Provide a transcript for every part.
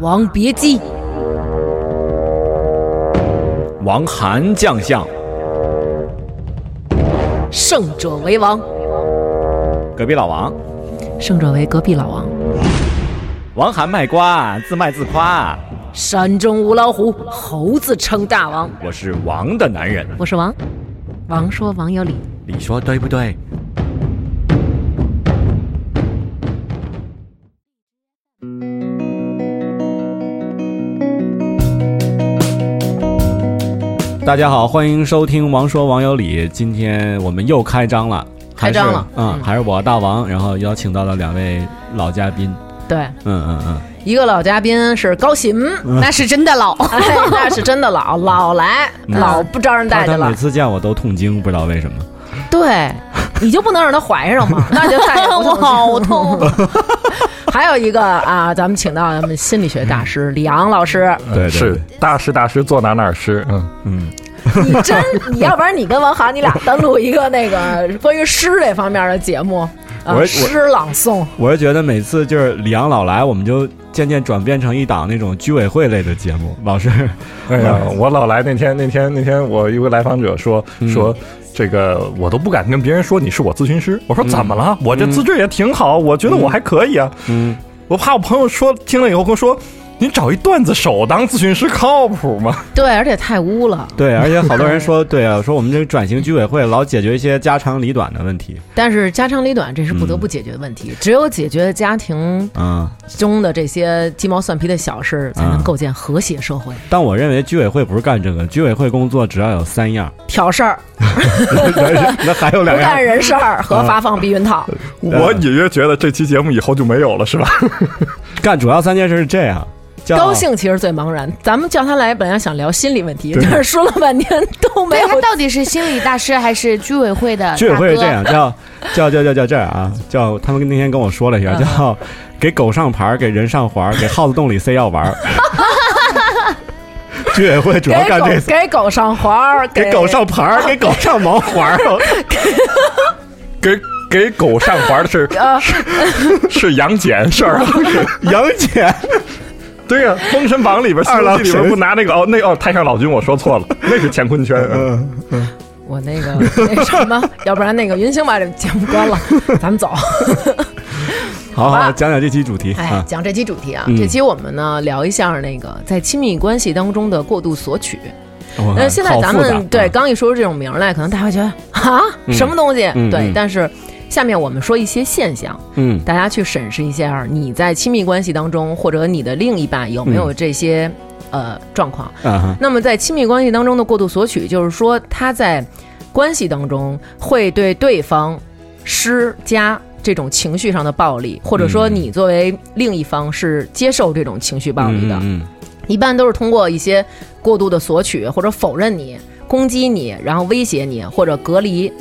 王别姬、王韩将相，胜者为王，隔壁老王，胜者为隔壁老王。王韩卖瓜，自卖自夸。山中无老虎，猴子称大王。我是王的男人，我是王，王说王有理。你说对不对？大家好，欢迎收听《王说王有理》，今天我们又开张了，还是开张了嗯，还是我大王，然后邀请到了两位老嘉宾，对，嗯嗯嗯，一个老嘉宾是高鑫，那是真的 老，哎，那是真的老 老来，嗯老不招人他待见他每了。次见我都痛经，不知道为什么。对， 你就不能让他怀 上吗？那就再也不我好痛。 还有一个啊，咱们请到咱们心理学大师李昂老师，对对是对大师大师坐哪哪儿师，嗯，嗯，你 真，你要不然你跟王涵，你俩单录一个那个关于诗这方面的节 目，我啊，我诗朗诵。我是觉得每次就是李阳老来，我们就渐渐转变成一档那种居委会类的节目。 老师，哎呀，我老来那天那天那天我一个来访者说说这个我都不敢跟别人说你是我咨询师，我说怎么了？我这资质也挺好，我觉得我还可以啊，嗯，我怕我朋友说听了以后跟我说。你找一段子手当咨询师靠谱吗？对，而且太污了。对，而且好多人说，对 啊，说我们这个转型居委会老解决一些家长里短的问题。但是家长里短，这是不得不解决的问题。只有解决家庭嗯，中的这些鸡毛蒜皮的小事，才能构建和谐社会。但我认为居委会不是干这个，居委会工作只要有三 样，挑事儿、那还有不两嗯干样。人事儿和发放避孕套。我隐约觉得这期节目以后就没有了，是吧？ 干主要三件事是这样：叫高兴其实最茫然。咱们叫他来，本来想聊心理问题，但是说了半天都没对有他到底是心理大师还是居委呃会 的居委会是大这哥 样，叫叫叫叫叫这儿啊，叫他们那天跟我说了一下，嗯叫给狗上牌儿，给人上环儿，给耗子洞里塞药丸 儿。居委会主要给干狗这给狗上环儿，给狗上牌儿，给狗上毛环 儿。给给狗上环的是是是杨戬事儿啊，杨 戬， 对呀、封神榜》里边《西二郎游记》里边神不拿那个哦，那哦，太上老君，我说错了，那是乾坤圈。嗯我那个 那什么，要不然那个云星把这节目关了，咱们走。啊好好好吧讲讲这期主题哎啊，，讲这期主题啊，嗯这期我们呢聊一下那个在亲密关系当中的过度索取。我那呃现在好咱啊复杂们对啊刚一说出这种名儿来，可能大家会觉得啊什么东西？嗯对嗯，但是下面我们说一些现象，嗯大家去审视一下你在亲密关系当中或者你的另一半有没嗯有这些呃状况。啊哈那么在亲密关系当中的过度索取，就是说他在关系当中会对对方施加这种情绪上的暴力，或者说嗯你作为另一方是接受这种情绪暴力的，嗯一般都是通过一些过度的索取或者否认你、攻击你，然后威胁你或者隔离。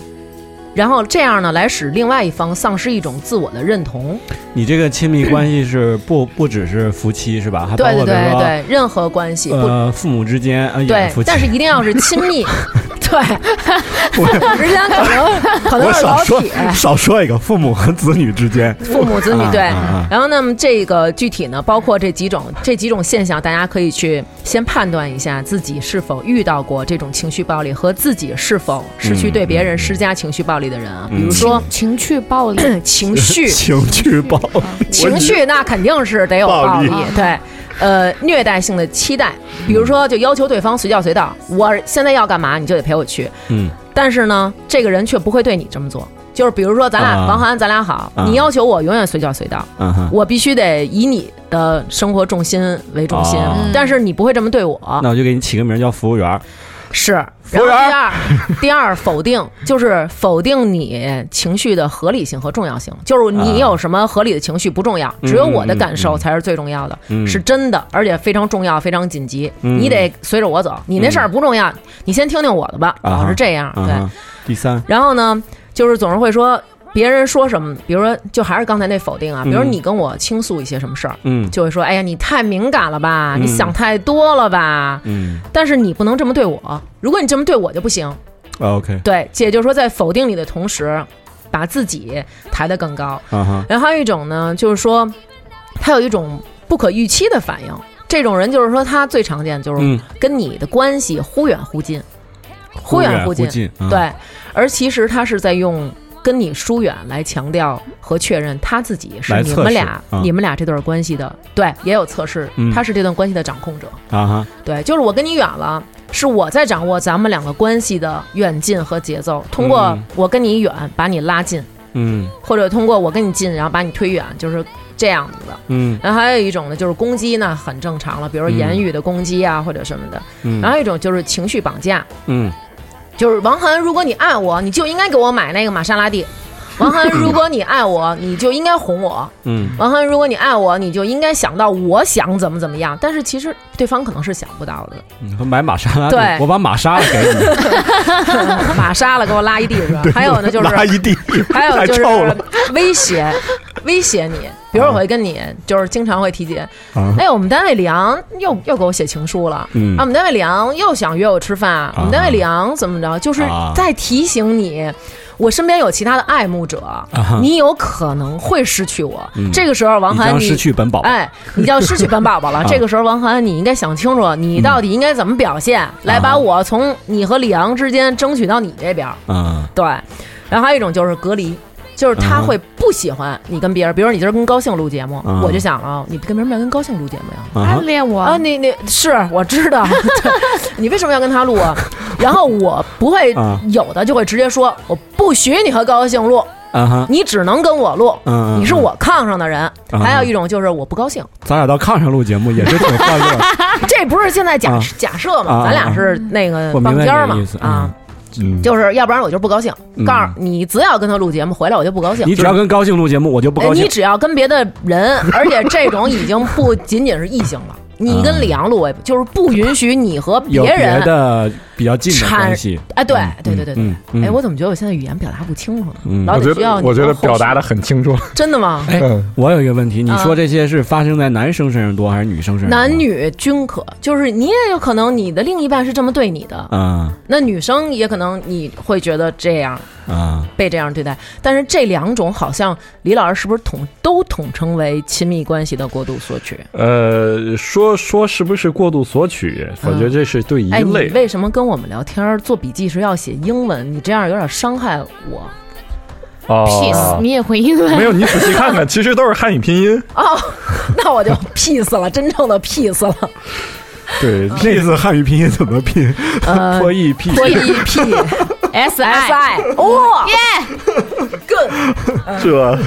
然后这样呢，来使另外一方丧失一种自我的认同。嗯你这个亲密关系是不不只是夫妻是吧？还包对对括比如对说对，任何关系不呃父母之间啊也对是夫，妻，但是一定要是亲 密。对，父母之间可能 可能我是老少说铁，少说一个父母和子女之间，父母子女啊对啊啊。然后，那么这个具体呢，包括这几种这几种现象，大家可以去先判断一下自己是否遇到过这种情绪暴力，和自己是否是去对别人施加情绪暴力的人嗯啊。比如 说情绪暴力情绪情绪暴力，情绪那肯定是得有暴力暴力，对，呃，虐待性的期待，比如说就要求对方随叫随到，我现在要干嘛你就得陪我去， 嗯，但是呢，这个人却不会对你这么做，就是比如说咱俩啊王涵，咱俩好，啊你要求我永远随叫随到，嗯哼，我必须得以你的生活重心为中心哦，但是你不会这么对我，那我就给你起个名儿叫服务员儿，是。服然务后员第儿二， 第二否定就是否定你情绪的合理性和重要性，就是你有什么合理的情绪不重啊要，只有我的感受才是最重要的，嗯是真的，而且非常重要，非常紧急，嗯你得随着我走。你那事儿不重要，你先听听我的吧，啊老哈是这样，啊对。哈，第三，然后呢，就是总是会说别人说什么，比如说就还是刚才那否定啊，比如嗯你跟我倾诉一些什么事儿，嗯就会说，哎呀，你太敏感了吧，嗯你想太多了吧。嗯但是你不能这么对我，如果你这么对我就不行。啊，OK，对，也就是说，在否定你的同时，把自己抬得更高。啊哈，然后还有一种呢，就是说，他有一种不可预期的反应。这种人就是说，他最常见就是嗯跟你的关系忽远忽近，忽远忽近。近，嗯，对，而其实他是在用跟你疏远来强调和确认他自己是来你测们试俩、嗯你们俩这段关系的，对，也有测试，嗯他是这段关系的掌控者。啊哈，对，就是我跟你远了，是我在掌握咱们两个关系的远近和节奏，通过嗯我跟你远把你拉近，嗯或者通过我跟你近然后把你推远，就是这样子的。嗯然后还有一种呢，就是攻击呢，很正常了，比如说言语的攻击啊、或者什么的。嗯，然后还有一种就是情绪绑架，嗯就是王涵，如果你爱我，你就应该给我买那个玛莎拉蒂。王涵，如果你爱我，你就应该哄我。嗯王涵，如果你爱我，你就应该想到我想怎么怎么样。但是其实对方可能是想不到的。嗯，和买玛莎拉蒂，对我把玛莎拉给 你，玛莎了，给我拉一地是吧？还有呢，就是拉一地，还有就太臭了是威胁，威胁你。比如我会跟你，就是经常会提及，啊哎，我们单位李昂又又给我写情书了，嗯啊，我们单位李昂又想约我吃饭，我们单位李昂怎么着，就是啊在提醒你。我身边有其他的爱慕者，啊哈你有可能会失去我。嗯这个时候，王你涵，将你失去本宝宝，哎，你就要失去本宝宝了。啊嗯这个时候，王涵，你应该想清楚，你到底应该怎么表现，来啊把我从你和李昂之间争取到你这边儿。嗯对，然后还有一种就是隔离，就是他嗯哼会不喜欢你跟别人，比如说你今儿跟高兴录节目，嗯我就想了，你跟明儿没跟高兴录节目呀？啊暗哈，恋我啊，你你是我知道， 对你为什么要跟他录啊？然后我不会嗯有的就会直接说，我不许你和高兴录，啊哈，你只能跟我录，嗯，你是我炕上的人。嗯还有一种就是我不高兴，咱俩到炕上录节目哎也是挺欢乐 的，这不是现在假啊假设嘛？啊咱俩是那个我棒明白尖儿你嘛的意思啊，，嗯，就是要不然我就不高兴。嗯告诉你，只要跟他录节目回来，我就不高兴嗯。你只要跟高兴录节目，我就不哎高兴你，只要跟别的 人，而且这种已经不仅仅是异性了，你跟李阳录，也就是不允许你和有别别人。的比较近的关系，哎，对嗯对对对对嗯。嗯哎，我怎么觉得我现在语言表达不清楚呢？嗯老我觉得需要得你我觉得后续表达的很清楚了。 真的吗？哎嗯我有一个问题，你啊说这些是发生在男生身上多还是女生身上？男，女均可，就是你也有可能你的另一半是这么对你的，嗯那女生也可能你会觉得这样啊，被这样对待，但是这两种好像李老师是不是统都统称为亲密关系的过度索取？呃，说说是不是过度索取？我觉得这是对一哎，你类。啊为什么跟我们聊天儿做笔记时要写英文？你这样有点伤害我。哦 peace，，你也会因为没有，你仔细看 看，其实都是汉语拼音。哦， 那我就 peace 了，真正的 peace 了。对，这次汉语拼音怎么拼？啊呃破译 P ，P P S S I， I，哦，Good，这，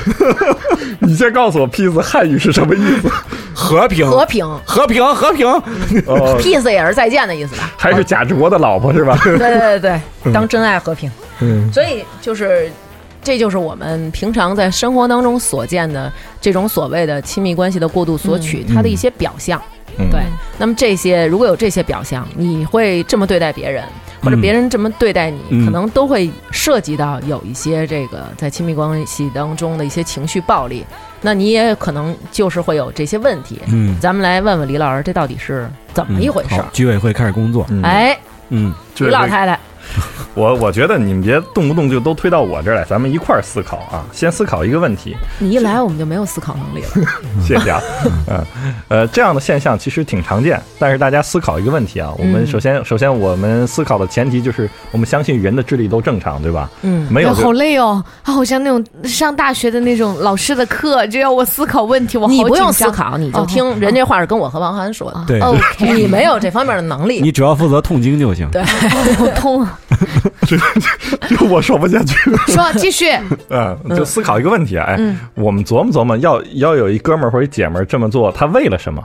你先告诉我 peace 汉语是什么意 思？和平和平和平和平，哦， ，peace 也是再见的意思吧？ 还是贾志国的老婆是吧？对对对对，当真爱和平。嗯，所以就是，这就是我们平常在生活当中所见的这种所谓的亲密关系的过度索取，它的一些表象。嗯对，那么这些如果有这些表象，你会这么对待别人，或者嗯别人这么对待你，嗯可能都会涉及到有一些这个在亲密关系当中的一些情绪暴力。那你也可能就是会有这些问题。嗯，咱们来问问李老师，这到底是怎么嗯一回事好儿？居委会开始工作，嗯，哎，嗯李就是老太太，我我觉得你们别动不动就都推到我这儿来，咱们一块儿思考啊。先思考一个问题，你一来我们就没有思考能力了。谢谢啊。嗯，呃，这样的现象其实挺常见，但是大家思考一个问题啊。我们嗯首先首先我们思考的前提就是我们相信人的智力都正常，对吧？ 嗯，没有好累哦，啊好像那种上大学的那种老师的课，就要我思考问题，我好你不用紧思张。考，你就哦听人这话是跟我和王涵说的，对，哦，你没有这方面的能力。你只要负责痛经就行。对好痛啊！就我说不下去了。 说继续，嗯，就思考一个问题啊，哎，嗯我们琢磨琢磨，要要有一哥们儿或者一姐们儿这么做，他为了什么？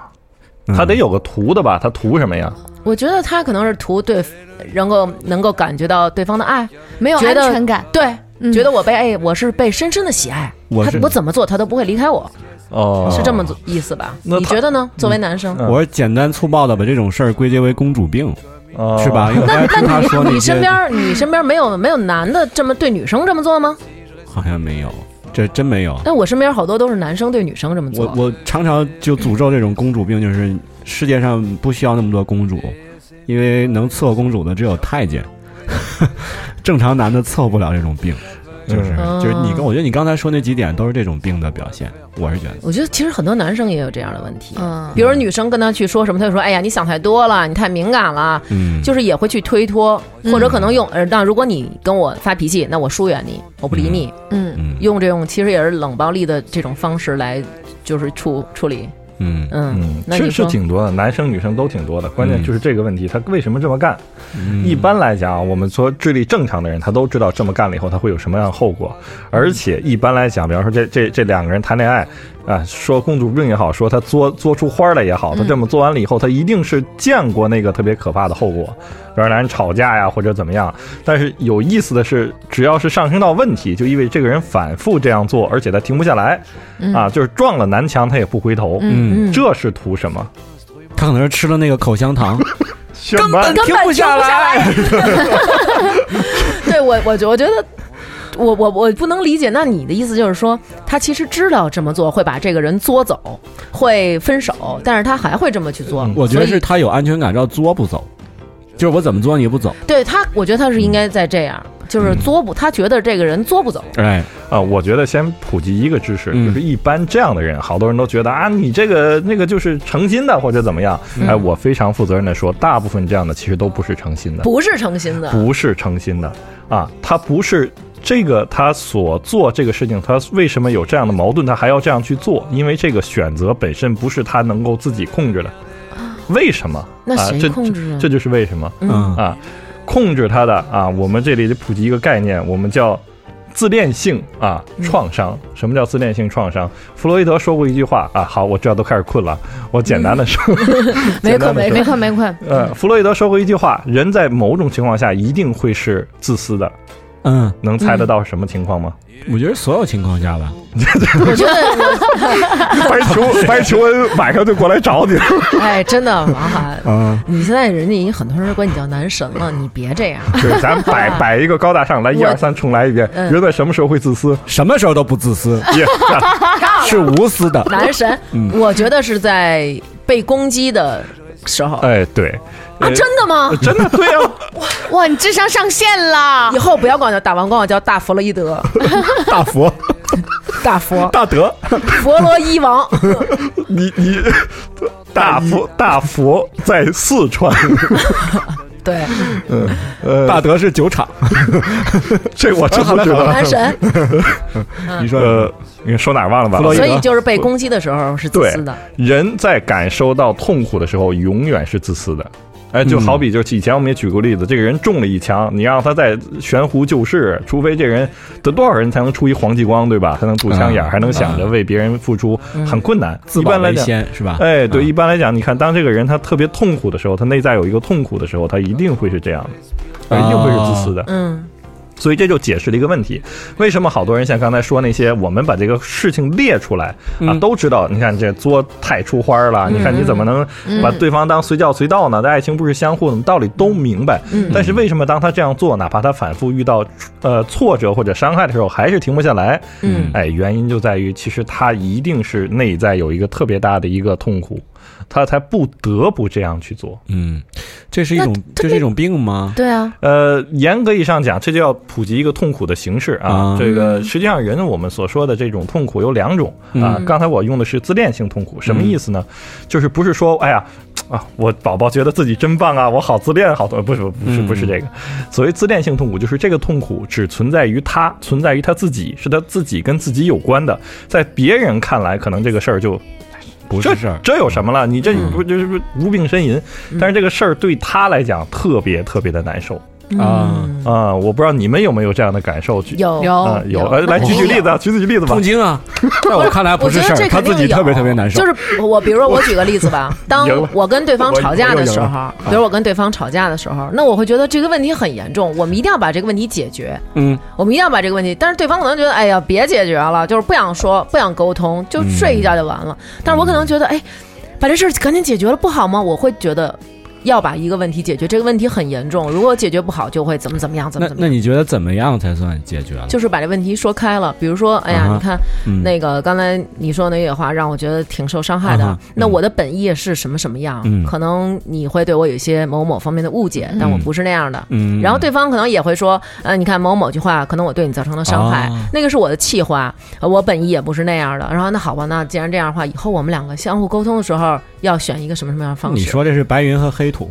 嗯他得有个图的吧？他图什么呀？我觉得他可能是图对，能够能够感觉到对方的爱，没有觉安得全感，对，嗯觉得我被爱，我是被深深的喜爱，我他是我怎么做他都不会离开我，哦，是这么意思吧？那你他觉得呢？作为男生，嗯我简单粗暴的把这种事儿归结为公主病，哦是吧？？因为我刚才听他 说你些身边你身边没有没有男的这么对女生这么做吗？哎好像没有，这真没有。但我身边好多都是男生对女生这么我做。我常常就诅咒这种公主病，就是世界上不需要那么多公主，因 为能伺候公主的只有太监，正常男的伺候不了这种病。就是、嗯就是你跟我觉得你刚才说那几点都是这种病的表现，我是觉得。我觉得其实很多男生也有这样的问题，嗯比如女生跟他去说什么，他就说：“哎呀，你想太多了，你太敏感了。”嗯，就是也会去推脱，或者可能用呃，那如果你跟我发脾气，那我疏远你，我不理你，嗯，嗯用这种其实也是冷暴力的这种方式来就是处处理，嗯嗯，嗯，那是你是说挺多的，男生女生都挺多的。关键嗯就是这个问题，他为什么这么干？嗯一般来讲啊，我们说智力正常的人，他都知道这么干了以后他会有什么样的后果。而且一般来讲，比方说这这这两个人谈恋爱，啊，说公主病也好，说他作作出花来也好，他这嗯么做完了以后，他一定是见过那个特别可怕的后果，比方俩人吵架呀或者怎么样。但是有意思的是，只要是上升到问题，就意味着这个人反复这样做，而且他停不下来，啊，就是撞了南墙他也不回头。嗯，嗯这是图什么？他可能是吃了那个口香糖，嗯根本根本停不下 来。对我，我觉我觉得。我我我不能理解，那你的意思就是说，他其实知道这么做会把这个人作走，会分手，但是他还会这么去做。嗯我觉得所以是他有安全感，要作不走，就是我怎么作你也不走，对他，我觉得他是应该在这样，就是嗯作不，他觉得这个人作不走。哎，啊，我觉得先普及一个知识，嗯就是一般这样的人，好多人都觉得啊，你这个那个就是诚心的或者怎么样。哎，我非常负责任的说，大部分这样的其实都不是诚心的，不是诚心的，不是诚心的啊，他不是。这个他所做这个事情，他为什么有这样的矛盾？他还要这样去做？因为这个选择本身不是他能够自己控制的。为什么？那啊谁这控制啊这？这就是为什么。嗯 啊，控制它的啊，我们这里得普及一个概念，我们叫自恋性啊创伤。什么叫自恋性创伤？弗洛伊德说过一句话啊，好，我知道都开始困了，我简单的说， 没简困单地没说没困没困，呃，弗洛伊德说过一句话，人在某种情况下一定会是自私的，嗯，能猜得到什么情况吗？我觉得所有情况下吧，我觉得， 白求白求恩晚上就过来找你了。哎，真的，王涵，嗯，你现在人家已经很多人管你叫男神了，你别这样。对，咱摆摆一个高大上，来一我二三，重来一遍。嗯人在什么时候会自私？什么时候都不自私，也 是无私的，男神，嗯我觉得是在被攻击的时候。呃哎，对，啊，真的吗？真的对啊，哇，你智商上线了呃以，后不要管我叫大王，管我叫大弗洛伊 德、 大佛大佛、大德。佛罗伊王。 你你 大佛大佛在四川，对，呃，大德是酒厂， 这我真不知道。男神， 你说呃，你说哪儿忘了吧弗？洛伊德啊所以就是被攻击的时候是自对私的。，人在感受到痛苦的时候，永远是自私的。哎，就好嗯比就是以前我们也举过例子，这个人中了一枪，你让他在悬壶救世，除非这人得多少人才能出一黄继光，对吧？才能堵枪眼儿，嗯还能想着为别人付出，很困难。自一保般来为讲，先是吧？哎，对，嗯一般来讲，你看，当这个人他特别痛苦的时候，他内在有一个痛苦的时候，他一定会是这样的，一定会是自私的。嗯，所以这就解释了一个问题：为什么好多人像刚才说那些，我们把这个事情列出来啊，嗯都知道。你看这作太出花了，你看你怎么能把对方当随叫随到呢？那爱情不是相互的，我们道理都明白。但是为什么当他这样做，哪怕他反复遇到呃挫折或者伤害的时候，还是停不下来？嗯哎，原因就在于其实他一定是内在有一个特别大的一个痛苦，他才不得不这样去做。嗯，这是一种这是一种病吗？对啊，呃，严格意义上讲，这就要普及一个痛苦的形式啊。啊这个实际上，人我们所说的这种痛苦有两种啊。嗯刚才我用的是自恋性痛苦，什么意思呢？就是不是说，哎呀。啊，我宝宝觉得自己真棒啊，我好自恋，好多不是不是嗯不是这个，所谓自恋性痛苦，就是这个痛苦只存在于他，存在于他自己，是他自己跟自己有关的，在别人看来，可能这个事儿就不这是事儿，嗯这有什么了？你这不就是不无病呻吟？但是这个事儿对他来讲特别特别的难受。啊嗯啊、我不知道你们有没有这样的感受？举有有啊、有，呃来举举例子啊，举举例子吧痛。经啊， 在我看来不是事我觉得儿，这他肯定自己有特别特别难受，就是我，比如说我举个例子 吧，当赢了我跟对方吵架的时我啊候，比如我跟对方吵架的时候，那我会觉得这个问题很严重，我们一定要把这个问题解决，嗯，我们一定要把这个问题。但是对方可能觉得，哎呀，别解决了，就是不想说，不想沟通，就嗯睡一觉就完了。但是我可能觉得，哎，把这事儿赶紧解决了不好吗？我会觉得要把一个问题解决，这个问题很严重，如果解决不好，就会怎么怎么样，怎么那怎么那样。你觉得怎么样才算解决了？就是把这问题说开了，比如说，哎呀，啊哈你看嗯那个刚才你说那些话，让我觉得挺受伤害啊的哈。那嗯我的本意是什么什么样嗯？可能你会对我有一些某某方面的误解，但我嗯不是那样的。嗯，然后对方可能也会说，呃，你看某某句话，可能我对你造成了伤害，啊那个是我的气话，呃我本意也不是那样的。然后那好吧，那既然这样的话，以后我们两个相互沟通的时候，要选一个什么什么样的方你式？说这是白云和黑 土。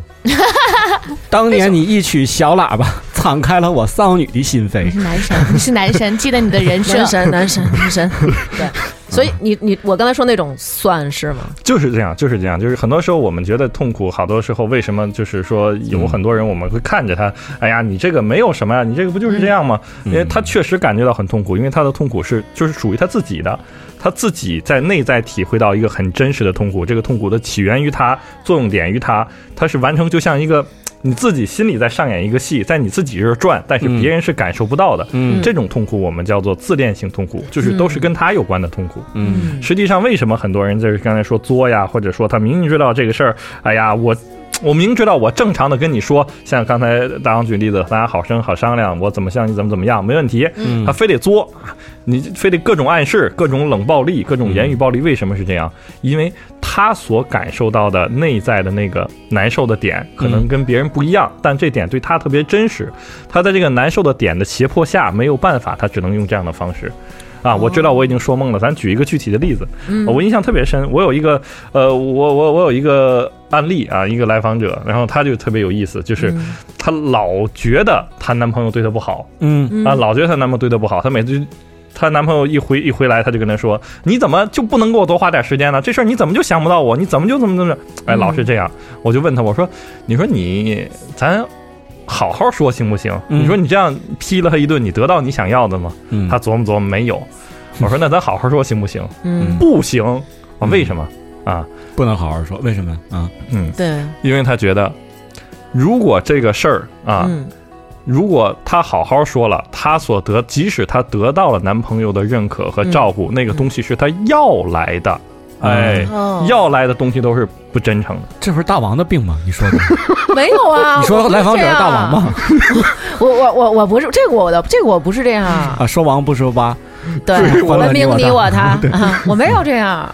当年你一曲小喇叭，敞开了我少女的心你扉。是男神，你是男神，记得你的人设男。神，男 神，男神，对。所以你你我刚才说那种算是吗？就是这样，就是这样，就是很多时候我们觉得痛苦，好多时候为什么就是说有很多人我们会看着他，哎呀，你这个没有什么呀，你这个不就是这样吗？嗯因为他确实感觉到很痛苦，因为他的痛苦是就是属于他自己的，他自己在内在体会到一个很真实的痛苦，这个痛苦的起源于他，作用点于他，他是完成就像一个。你自己心里在上演一个戏，在你自己这儿转，但是嗯别人是感受不到的。嗯这种痛苦我们叫做自恋性痛苦，就是都是跟他有关的痛苦。嗯实际上，为什么很多人就是刚才说作呀，或者说他明明知道这个事儿，哎呀，我我明知道我正常的跟你说，像刚才大王举例子，咱俩好生好商量，我怎么向你怎么怎么样，没问题，嗯他非得作，你非得各种暗示、各种冷暴力、各种言语暴力，为什么是这样？因为他所感受到的内在的那个难受的点，可能跟别人不一样，但这点对他特别真实，他在这个难受的点的胁迫下没有办法，他只能用这样的方式。啊，我知道我已经说懵了，咱举一个具体的例子。我印象特别深，我有一个呃，我我我有一个案例啊，一个来访者，然后她就特别有意思，就是嗯她老觉得她男朋友对她不好，嗯啊，老觉得她男朋友对她不好，她每次就。她男朋友一回一回来，她就跟她说：“你怎么就不能给我多花点时间呢？这事儿你怎么就想不到我？你怎么就怎么怎么着？”哎，嗯老是这样。我就问她，我说：“你说你咱好好说行不行？嗯你说你这样批了她一顿，你得到你想要的吗？”嗯，她琢磨琢磨，没有。我说：“那咱好好说行 不行？”嗯，不行啊？嗯为什么啊？不能好好说，为什么啊？嗯，对，因为他觉得，如果这个事儿啊，嗯如果他好好说了，他所得，即使他得到了男朋友的认可和照嗯顾，那个东西是他要来的，嗯哎，哦，要来的东西都是不真诚的。这不是大王的病吗？你说的，没有啊？ 你说我不是来访者这是样啊大王？吗？我我我我不是这个我的这个我不是这样啊， 啊，说王不说八，对，我们问你命我你答我 他，啊我没有这样。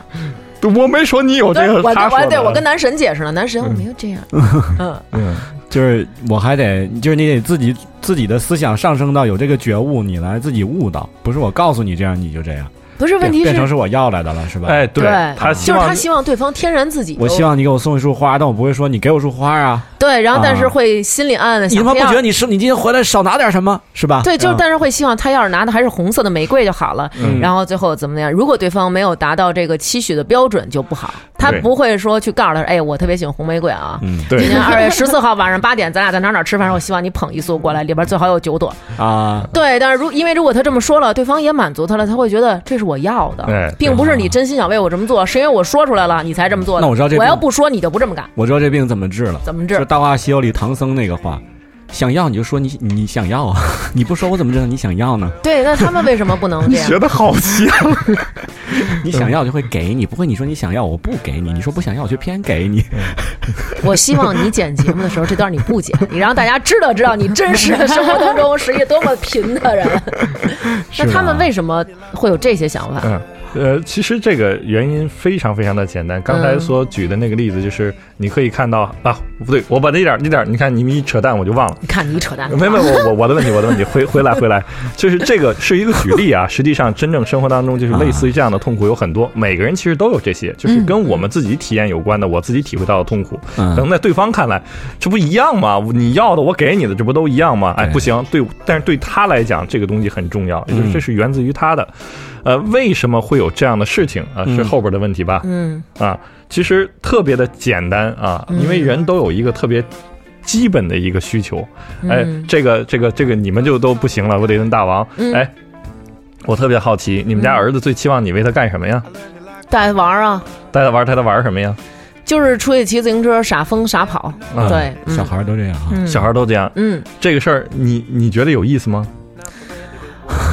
我没说哦你有对，我他跟说我的啊对我跟男神解释了，男神嗯我没有这样，嗯，嗯，就是我还得，就是你得自己自己的思想上升到有这个觉悟，你来自己悟到，不是我告诉你这样你就这样，不是问题变是成，是我要来的了，是吧？哎，对对他希就是望他希望对方天然自己，我希望你给我送一束花，但我不会说你给我束花啊，对，然后但啊是会心里暗暗的你想，他妈不这样觉得你是你今天回来少拿点什么是吧？对，就是嗯但是会希望他要是拿的还是红色的玫瑰就好了。嗯然后最后怎么样？如果对方没有达到这个期许的标准就不好，他对不会说去告诉他，哎，我特别喜欢红玫瑰啊。嗯对今年二月十四号晚上八点，咱俩在哪儿哪儿吃饭，我希望你捧一束过来，里边最好有九朵。啊，对，但是如因为如果他这么说了，对方也满足他了，他会觉得这是我要哎的，并不是你真心想为我这么做，是因为我说出来了你才这么做的。那我知道这我要病不说你就不这么干，我知道这病怎么治了，怎么就治《大话西游》里唐僧那个话。想要你就说你你想要啊， 你不说我怎么知道你想要呢？对，那他们为什么不 能这样？得好啊像，你想要就会给你，不会你说你想要我不给你，你说不想要我就偏给你。我希望你剪节目的时候这段你不剪，你让大家知道知道你真实的生活当中是一个多么贫的 人。那他们为什么会有这些想法？嗯，呃，其实这个原因非常非常的简单。刚才所举的那个例子，就是你可以看到、啊，不对，我把那点儿那点儿，你看你们一扯淡，我就忘了。你看你扯淡， 没没，我我我的问题，我的问题，回回来回来，就是这个是一个举 例啊。实际上，真正生活当中就是类似于这样的痛苦有很嗯多，每个人其实都有这些，就是跟我们自己体验有关的，我自己体会到的痛苦。可嗯能在对方看来，这不一样吗？你要的我给你的，这不都一样吗？哎，对不行，对，但是对他来讲，这个东西很重要，也就是嗯这是源自于他的。呃，为什么会有这样的事情啊？是嗯后边的问题吧？嗯啊，其实特别的简单啊，因为人都有一个特别基本的一个需求。嗯哎，这个这个这个你们就都不行了，我得问大王。嗯哎，我特别好奇，你们家儿子最期望你为他干什么呀？嗯大王啊，带他玩儿，带他玩儿什么呀？就是出去骑自行车傻疯傻跑，啊对，嗯小孩都这样啊，嗯小孩都这样，嗯， 这个事儿你你觉得有意思吗？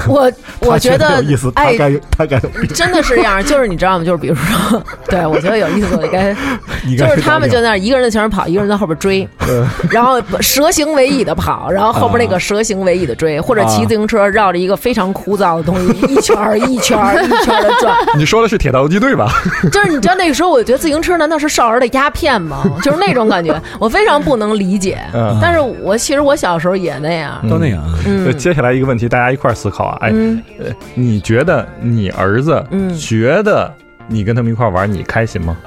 我我 他觉得有意思，他哎，该他该有病，真的是这 样，就是你知道吗？就是比如说， 对我觉得有意思，我该你该就是这他们样就在那儿一个人在前面跑，一个人在后边 追，嗯然后蛇形尾翼的跑，然后后边那个蛇形尾翼的啊追，或者骑自行车绕着一个非常枯燥的东西一圈儿一圈儿一圈的转。你说的是铁道游击队吧？ 就是你知道那个时候，我觉得自行车难道是少儿的鸦片吗？就是那种感觉，我非常不能理解。嗯但是我其实我小时候也那样，都那样啊。嗯就嗯接下来一个问题，大家一块儿思考啊。哎，呃你觉得你儿子嗯觉得你跟他们一块儿玩，你开心吗？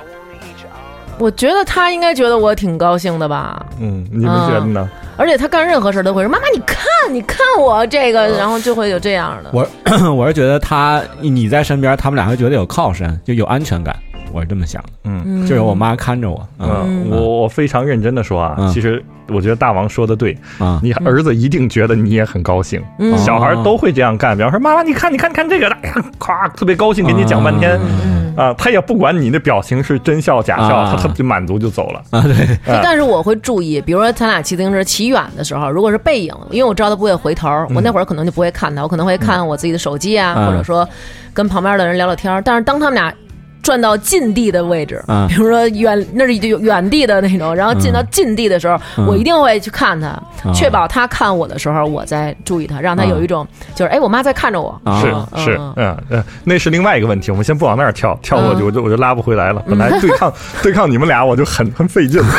我觉得他应该觉得我挺高兴的吧。嗯，你们觉得呢？而且他干任何事儿都会说：“妈妈，你看，你看我这个。”然后就会有这样的。呃我嗯 我是觉得他你在身边，他们俩会觉得有靠山，就有安全感。我是这么想的，嗯就有我妈看着我。嗯嗯，我我非常认真的说啊，嗯其实我觉得大王说的对，啊，你儿子一定觉得你也很高兴，嗯小孩都会这样干。比方说，妈妈，你看，你看，你看这个，哎呀，夸，特别高兴，给你讲半天。嗯，啊，他也不管你的表情是真笑假笑，啊他他就满足就走了。啊，对，就但是我会注意，比如说咱俩骑自行车骑远的时候，如果是背影，因为我知道他不会回头，我那会儿可能就不会看他，我可能会看我自己的手机啊，嗯或者说跟旁边的人聊聊天儿。但是当他们俩转到近地的位置，嗯比如说远那是就远地的那种，然后进到近地的时候，嗯我一定会去看他，啊嗯确保他看我的时候，我再注意他，让他有一种、啊就是哎，我妈在看着我。啊是是嗯，嗯嗯，那是另外一个问题，我们先不往那儿跳，跳过去我就我就拉不回来了。本来对抗对抗你们俩我就很很费劲了，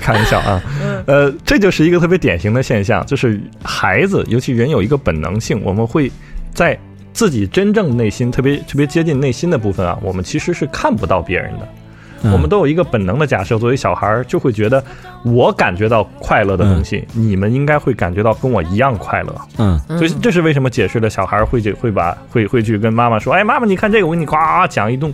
开玩笑啊。呃，这就是一个特别典型的现象，就是孩子，尤其人有一个本能性，我们会在自己真正内心特别特别接近内心的部分啊，我们其实是看不到别人的。嗯我们都有一个本能的假设，作为小孩儿就会觉得，我感觉到快乐的东西，你们应该会感觉到跟我一样快乐。嗯所以这是为什么解释了小孩儿会去会把会会去跟妈妈说，哎，妈妈，你看这个，我给你夸讲一顿。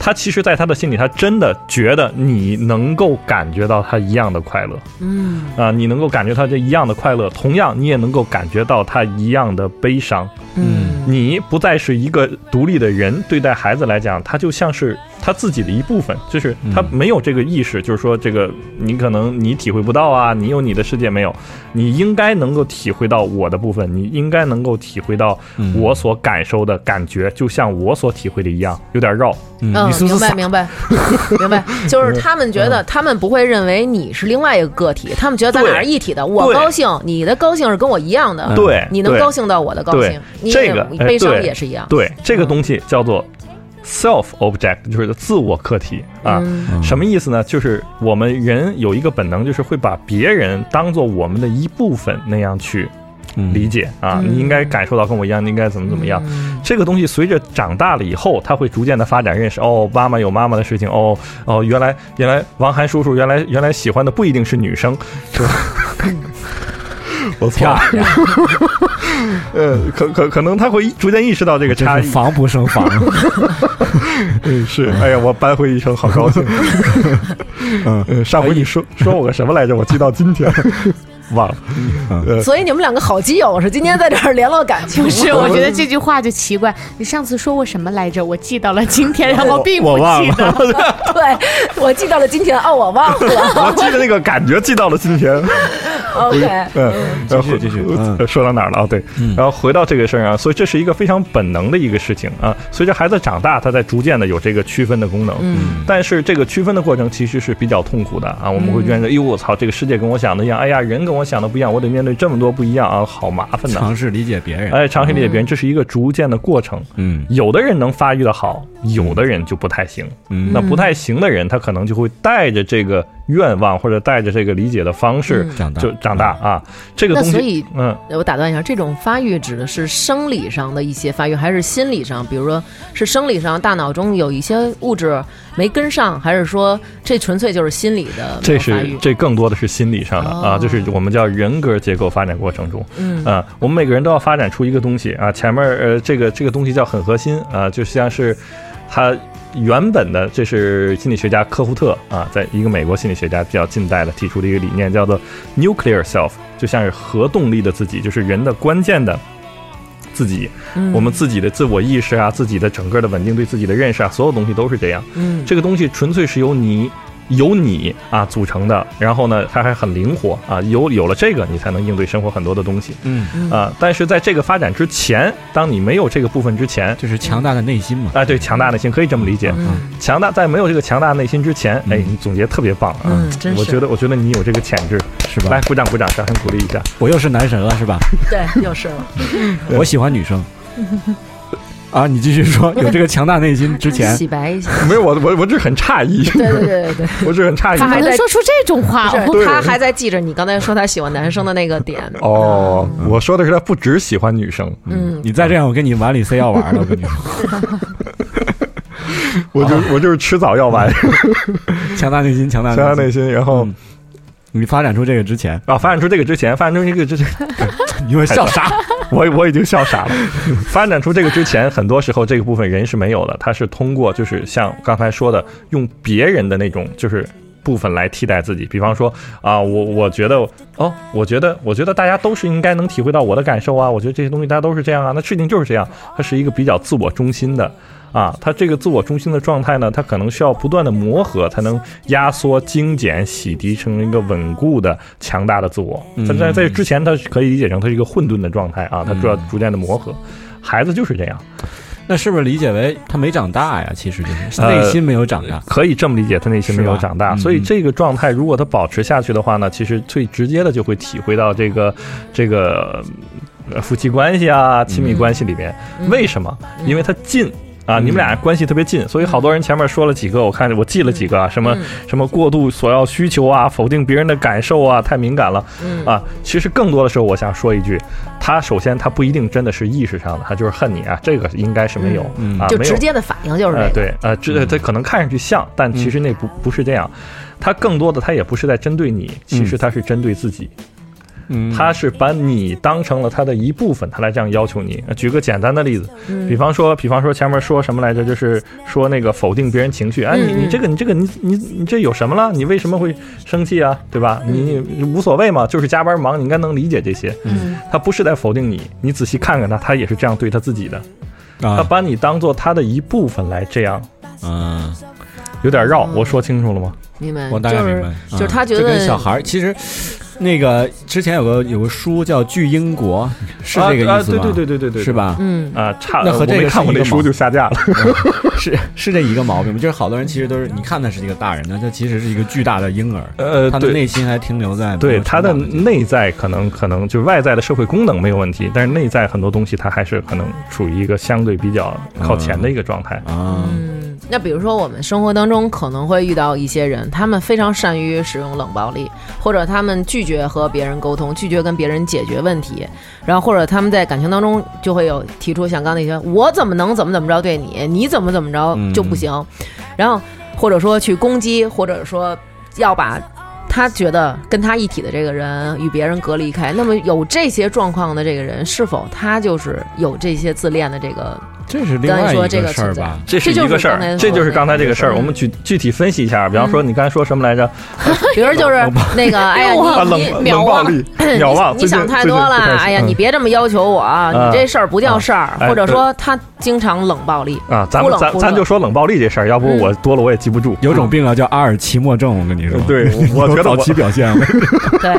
他其实，在他的心里，他真的觉得你能够感觉到他一样的快乐，嗯啊、你能够感觉到这一样的快乐，同样你也能够感觉到他一样的悲伤。嗯你不再是一个独立的人，对待孩子来讲，他就像是他自己的一部分，就是他没有这个意识，就是说这个你可能你体会不到啊，你有你的世界没有，你应该能够体会到我的部分，你应该能够体会到嗯我所感受的感觉，就像我所体会的一样，有点绕，嗯你，是不明是白傻？明白 明白，就是他们觉嗯得他们不会认为你是另外一个个体，他们觉得咱俩对是一体的。我对高兴，你的高兴是跟我一样的，对你能对高兴到我的高对兴，你这也个哎悲伤对也是一样。对，这个东西叫做 self object，就是自我客体啊。嗯嗯什么意思呢？就是我们人有一个本能，就是会把别人当做我们的一部分那样去嗯理解啊。你应该感受到跟我一样，你应该怎么怎么样。这个东西随着长大了以后，他会逐渐的发展认识。哦，妈妈有妈妈的事情。哦哦，原来原来王涵叔叔原来原来喜欢的不一定是女生，是吧？ 我错漂了，亮， 呃，可可可能他会逐渐意识到这个差真异是。防不胜防。嗯，是，哎呀，我扳回一城，好 高兴。嗯嗯，上回你说哎说我个什么来着？我记到 今天，忘了。呃，所以你们两个好基友是今天在这儿联络感 情，不是，我觉得这句话就奇怪。你上次说我什么来着？我记到了 今天，然哦后并不记得。对我记到了今天哦，我忘了。 我记得那个感觉，记到了今 天。 OK，嗯，然继后续继续呃嗯说到哪儿了？哦，对，然后回到这个事儿啊，所以这是一个非常本能的一个事情啊。随着孩子长大，他在逐渐的有这个区分的功能，嗯，但是这个区分的过程其实是比较痛苦的啊。我嗯们会觉得，哎呦，我操，这个世界跟我想的一样，哎呀，人跟我想的不一样，我得面对这么多不一样啊，好麻烦呐。尝试理解别人，哎，长期理解别嗯人，这是一个逐渐的过程。嗯有的人能发育的好，有的人就不太行。嗯那不太行的人，他可能就会带着这个愿望或者带着这个理解的方式嗯长大就长大啊。这个那东西，所以嗯，我打断一下，这种发育指的是生理上的一些发育，还是心理上？比如说是生理上大脑中有一些物质没跟上，还是说这纯粹就是心理的没这有发是育？这更多的是心理上的哦啊，就是我们叫人格结构发展过程中，嗯啊，我们每个人都要发展出一个东西啊，前面呃这个这个东西叫很核心啊，就像是它。原本的这是心理学家科胡特啊，在一个美国心理学家比较近代的提出的一个理念，叫做 nuclear self，就像是核动力的自己，就是人的关键的自己，嗯我们自己的自我意识啊，自己的整个的稳定对自己的认识啊，所有东西都是这样。嗯这个东西纯粹是由你由你啊组成的，然后呢，它还很灵活啊，有有了这个，你才能应对生活很多的东西嗯，啊。但是在这个发展之前，当你没有这个部分之前，就是强大的内心嘛。啊，对，强大内心可以这么理解。嗯强大在没有这个强大内心之前，哎，你总结特别棒啊！嗯，真是我觉得，我觉得你有这个潜质，是吧来，鼓掌鼓掌，掌声鼓励一下。我又是男神了，是吧？对，又是了。我喜欢女生。啊，你继续说，有这个强大内心 之前，洗白一下，没有，我我我只是很诧异，对对对对对，我只是很诧咋还还异。在能说出这种话？不对是啊他还在记着你刚才说他喜欢男生的那个点。哦，我说的是他不只喜欢女生，嗯，你再这样，我跟你碗里塞药丸了。我跟你说，我就我就是吃早药丸，强大内心，强大强大内心。心。哦然后嗯你发展出这个之前，啊，发展出这个之前，发展出这个之前，你会哎笑啥？ 我我已经笑傻了。发展出这个之前，很多时候这个部分人是没有的，他是通过就是像刚才说的，用别人的那种就是部分来替代自己。比方说啊，我我觉得哦，我觉得我觉得大家都是应该能体会到我的感受啊，我觉得这些东西大家都是这样啊，那事情就是这样，它是一个比较自我中心的。啊，他这个自我中心的状态呢，他可能需要不断的磨合，才能压缩、精简、洗涤成一个稳固的、强大的自我。但在在之前，他是可以理解成他是一个混沌的状态啊，他主要嗯逐渐的磨合。孩子就是这样，那是不是理解为他没长大呀？其实就是呃内心没有长大。可以这么理解，他内心没有长是大，吧嗯所以这个状态如果他保持下去的话呢，其实最直接的就会体会到这个这个呃夫妻关系啊、亲密关系里面。嗯为什么？因为他近。啊，嗯你们俩关系特别近，所以好多人前面说了几个，我看我记了几个啊，什么嗯什么过度索要需求啊，否定别人的感受啊，太敏感了嗯啊。其实更多的时候，我想说一句，他首先他不一定真的是意识上的，他就是恨你啊，这个应该是没有嗯啊，就没有直接的反应就是这呃，个。对，呃，这它可能看上去像，但其实那不不是这样。它更多的，它也不是在针对你，其实它是针对自己，嗯它是把你当成了它的一部分，它来这样要求你。呃举个简单的例子，嗯比方说，比方说前面说什么来着，就是说那个否定别人情绪，哎，你嗯你这个你这个你你你这有什么了？你为什么会生气啊？对吧？你你无所谓嘛，就是加班忙，你应该能理解这些。嗯，他不是在否定你，你仔细看看他，他也是这样对他自己的，他啊，把你当做他的一部分来这样嗯，有点嗯绕，我说清楚了吗？明白。我大概明白，就是嗯他觉就跟得小孩儿其实。那个之前有个有个书叫《巨英国》，是啊这个啊意思吗？对对对对对对，是？吧？嗯啊，差，那和我这个没看过是一那个书吗就下架了。是是这一个毛病吗？就是好多人其实都是，你看他是一个大人，但他其实是一个巨大的婴儿，呃他的 对内心还停留在没对，有它成的长阶段内在可能可能就是外在的社会功能没有问题，但是内在很多东西它还是可能处于一个相对比较靠前的一个状态。啊，嗯，那比如说我们生活当中可能会遇到一些人，他们非常善于使用冷暴力，或者他们拒绝和别人沟通，拒绝跟别人解决问题，然后或者他们在感情当中就会有提出像刚那些我怎么能怎么怎么着对你，你怎么怎么着就不行，然后或者说去攻击，或者说要把。他觉得跟他一体的这个人与别人隔离开，那么有这些状况的这个人，是否他就是有这些自恋的这个这是另外一刚才说这个事儿存在吧？这是这就一个是事刚才儿，这就说是的嗯刚才这个事儿。我们具具体分析一下，比方说你刚才说什么来着？比如就是那个，哎啊，呀，冷你你冷暴力，秒忘。你最近嗯想太多了，哎呀，你。别这么要求我，你这事儿不叫事儿，哎或者说他经常冷暴力，最忽近不太行啊，咱们冷咱忽咱热就说冷暴力这事儿，要不嗯我多了我也记不住。有种病啊，叫阿尔奇莫症，我跟你说，对 我我觉得早我期表现了。对，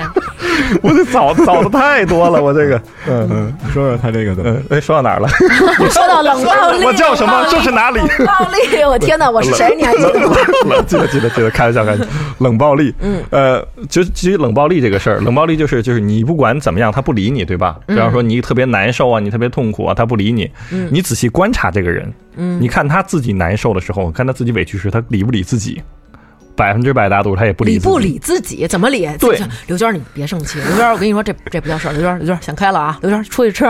我这早早的太多了，我这个， 嗯嗯你说说他这个怎么？嗯，哎，说到哪儿了？说到冷暴力， 我叫什么？这是哪里？冷暴力？我天哪，我是谁？你还记得吗？冷 记得记得记得，开玩笑 开玩笑，冷暴力，嗯，呃，就其实冷暴力这个事儿，冷暴力就是就是你不管怎么样，他不理你，对吧？嗯比方说你特别难受啊，你特别痛苦啊，他不理你，你仔细观察这个人，嗯你看他自己难受的时候，看他自己委屈时，他理不理自己？百分之百大多数他也不理理自己不？理自己？怎么理？对自己刘娟，你别生气，刘娟，我跟你说，这这不叫事儿，刘娟，刘娟想开了啊，刘娟出去吃，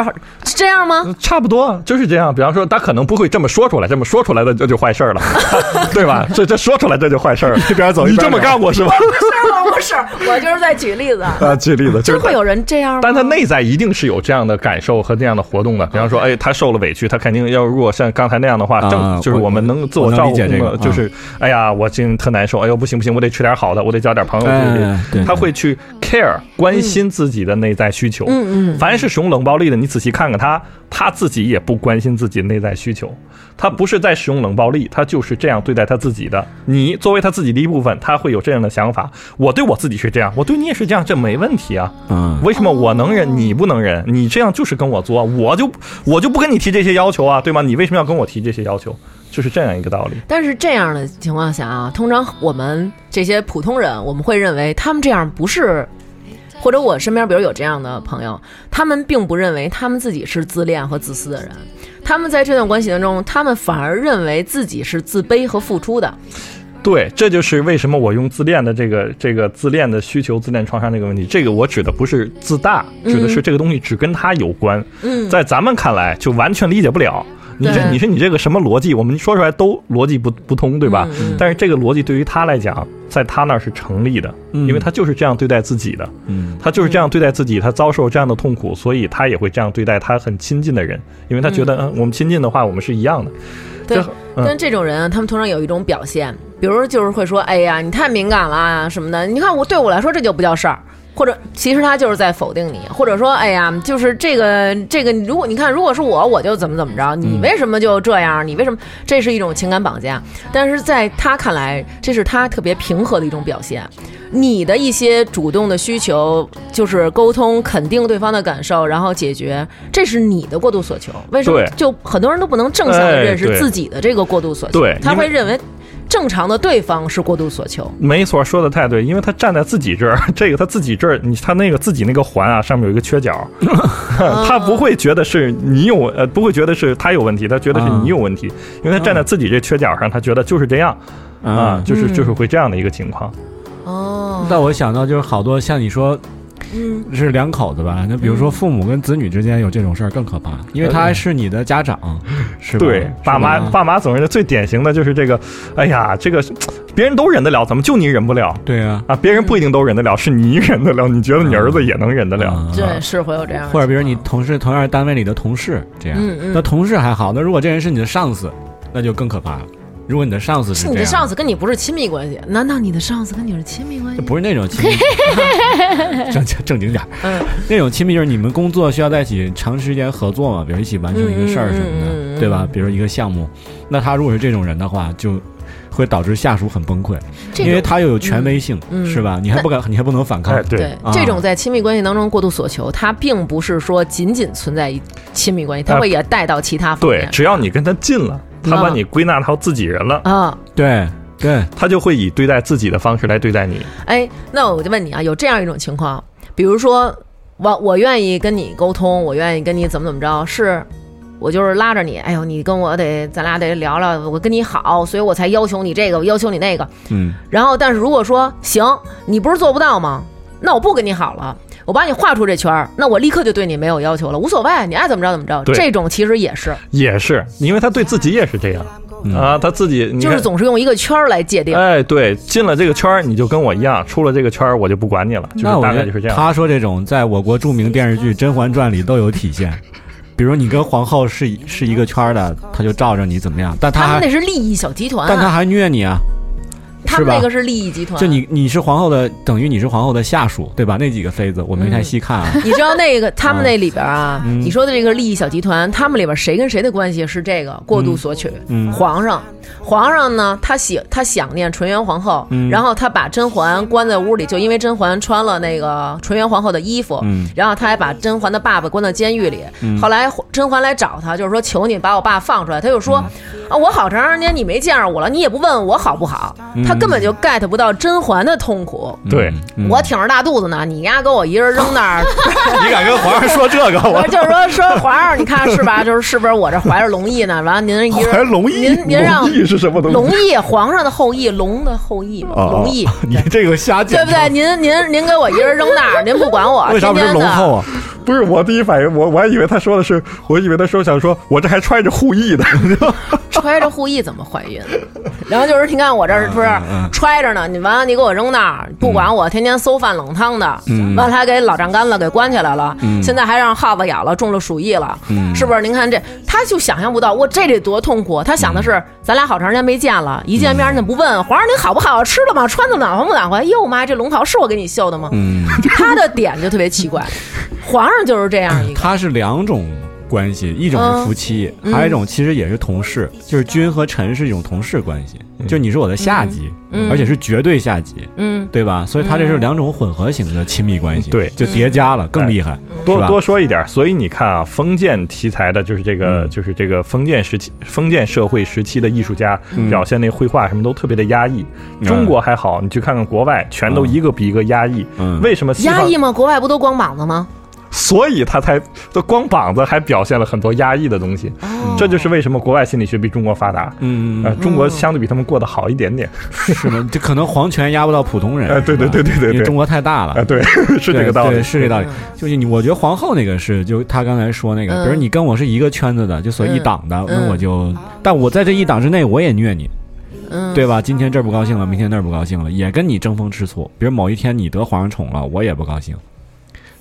是这样吗？差不多就是这样。比方说，他可能不会这么说出来，这么说出来的这就坏事儿了， 对吧？这这说出来这就坏事儿了。 一边走一你边这么聊干过 是吧？不是吗？不是，我就是在举例子，啊，举例子就真是他会有人这样吗？但他内在一定是有这样的感受和这样的活动的。比方说，哎，他受了委屈，他肯定要如果像刚才那样的话，啊正就是我我们能自我我能照理顾解这的，个啊就是哎呀，我今天特难受，哎呦不行不行，我得吃点好的，我得交点朋友。哎对对他会去 care 关心自己的内在需求。嗯嗯凡是使用冷暴力的，你仔细看看他，他自己也不关心自己内在需求，他不是在使用冷暴力，他就是这样对待他自己的。你作为他自己的一部分，他会有这样的想法。我对我自己是这样，我对你也是这样，这没问题啊。嗯，为什么我能忍，你不能忍？你这样就是跟我作，我就我就不跟你提这些要求啊，对吗？你为什么要跟我提这些要求？就是这样一个道理。但是这样的情况下啊，通常我们这些普通人，我们会认为他们这样不是，或者我身边比如有这样的朋友，他们并不认为他们自己是自恋和自私的人，他们在这段关系当中，他们反而认为自己是自卑和付出的。对，这就是为什么我用自恋的这个这个自恋的需求、自恋创伤这个问题。这个我指的不是自大，指的是这个东西只跟他有关，嗯，在咱们看来就完全理解不了。你这对你是你这个什么逻辑？我们说出来都逻辑不不通，对吧？嗯嗯但是这个逻辑对于他来讲，在他那儿是成立的，嗯因为他就是这样对待自己的，嗯他就是这样对待自己，他遭受这样的痛苦，所以他也会这样对待他很亲近的人，因为他觉得，嗯，我们亲近的话，我们是一样的。对这，嗯但这种人啊，他们通常有一种表现，比如就是会说：“哎呀，你太敏感了啊什么的。”你看我对我来说这就不叫事儿。或者其实他就是在否定你，或者说，哎呀，就是这个这个，如果你看，如果是我，我就怎么怎么着，你为什么就这样？你为什么？这是一种情感绑架，但是在他看来，这是他特别平和的一种表现。你的一些主动的需求，就是沟通、肯定对方的感受，然后解决，这是你的过度所求。为什么对就很多人都不能正向哎的认识对自己？自己的这个过度所求，对他因为会认为正常的对方是过度所求。没错，说的太对，因为他站在自己这儿，这个他自己这儿，你他那个自己那个环啊，上面有一个缺角，他不会觉得是你有呃，不会觉得是他有问题，他觉得是你有问题，因为他站在自己这缺角上，他觉得就是这样啊啊，，就是嗯就是会这样的一个情况。哦但我想到就是好多像你说嗯是两口子吧，那比如说父母跟子女之间有这种事儿更可怕，因为他呃还是你的家长，是吧？啊对，爸妈是吧爸妈总是最典型的就是这个，哎呀，这个别人都忍得了，怎么就你忍不了对啊，啊？别人不一定都忍得了，是你忍得了，你觉得你儿子也能忍得了？嗯对，是会有这样的情况，或者比如你同事同样单位里的同事这样，嗯嗯那同事还好，那如果这人是你的上司，那就更可怕了。如果你的上司是这你样，的上司跟你不是亲密关系，难道你的上司跟你是亲密关系那？不是那种亲密， 正经正经点儿，嗯，那种亲密就是你们工作需要在一起长时间合作嘛，比如一起完成一个事儿什么的，嗯嗯嗯嗯对吧？比如一个项目，那他如果是这种人的话，就会导致下属很崩溃，这因为种他又有权威性，嗯嗯是吧？你还不敢，你还不能反抗哎，，对对啊这种在亲密关系当中过度所求，它并不是说仅仅存在于亲密关系，它会也带到其他方对面，。只要你跟他近了，他把嗯你归纳到自己人了。啊，对对，他就会以对待自己的方式来对待你。哎，那我就问你啊，有这样一种情况，比如说我我愿意跟你沟通，我愿意跟你怎么怎么着，是我就是拉着你，哎呦，你跟我得咱俩得聊聊，我跟你好，所以我才要求你这个，我要求你那个。嗯，然后，但是如果说行，你不是做不到吗？那我不跟你好了。我把你划出这圈儿，那我立刻就对你没有要求了，无所谓，你爱怎么着怎么着。对这种其实也是，也是，因为他对自己也是这样、嗯啊，他自己你就看是总是用一个圈儿来界定。哎，对，进了这个圈儿你就跟我一样，出了这个圈儿我就不管你了，就是那我大觉概得就是这样。他说这种在我国著名电视剧《甄嬛传》里都有体现。比如你跟皇后是一是一个圈儿的，他就罩着你怎么样，但他他们还那是利益小集团、但他还虐你啊，他们是吧那个是利益集团。就你你是皇后的，等于你是皇后的下属，对吧？那几个妃子我没嗯太细看啊， 你知道那个他们那里边啊，嗯你说的这个利益小集团，他们里边谁跟谁的关系是这个过度索取？嗯皇上，皇上呢，他喜他想念纯元皇后，嗯然后他把甄嬛关在屋里，就因为甄嬛穿了那个纯元皇后的衣服，嗯然后他还把甄嬛的爸爸关到监狱里。后来甄嬛来找他，就是说求你把我爸放出来，他就说、嗯啊，我好长时间你没见着我了，你也不问我好不好，他根本就 get 不到甄嬛的痛苦。 对，嗯我挺着大肚子呢，你丫给我一人扔那儿，你敢跟皇上说这个？不是，就是说说皇上，你看是吧？就是是不是我这怀着龙翼呢？完了，您一人龙您您让是什么龙翼，皇上的后裔，龙的后裔嘛，龙翼， 哦你这个瞎对不对？您您您给我一人扔那儿，您不管我，为天啥不是天龙后的。啊？不是我第一反应，我我还以为他说的是，我以为他说想说，我这还揣着护翼的，揣着护翼怎么怀孕？然后就是你看我这是不是揣着呢？你完了你给我扔那儿，不管我，天天馊饭冷汤的，完了还给老丈干了给关起来了，现在还让耗子咬了，中了鼠疫了，是不是？您看这他就想象不到，我这得多痛苦。他想的是咱俩好长时间没见了，一见面你怎么不问皇上你好不好，吃了吗？穿的暖和不暖和？哟妈，这龙袍是我给你绣的 嗯吗？他的点就特别奇怪，皇上就是这样一个。他是两种关系，一种是夫妻，嗯还有一种其实也是同事，就是君和臣是一种同事关系，嗯就你是我的下级，嗯而且是绝对下级，嗯，对吧？所以它这是两种混合型的亲密关系，嗯对就叠加了，更厉害，是嗯多吧多说一点儿，所以你看啊，封建题材的，就是这个，嗯就是这个封建时期、封建社会时期的艺术家、嗯表现那绘画什么都特别的压抑。嗯中国还好，你去看看国外，全都一个比一个压抑。嗯，为什么西压方？抑吗？国外不都光膀子吗？所以他才这光膀子还表现了很多压抑的东西。哦哦这就是为什么国外心理学比中国发达。嗯，呃，嗯中国相对比他们过得好一点点。是吗？这可能皇权压不到普通人， 哎对是对吧对对对对因为中国太大了啊、，对， 是这个道嗯对理。是这个道理。就是你，我觉得皇后那个是，就她刚才说那个，嗯比如你跟我是一个圈子的，就所以一党的，嗯那我就，但我在这一党之内，我也虐你，嗯，对吧？今天这儿不高兴了，明天那儿不高兴了，也跟你争风吃醋。比如某一天你得皇上宠了，我也不高兴。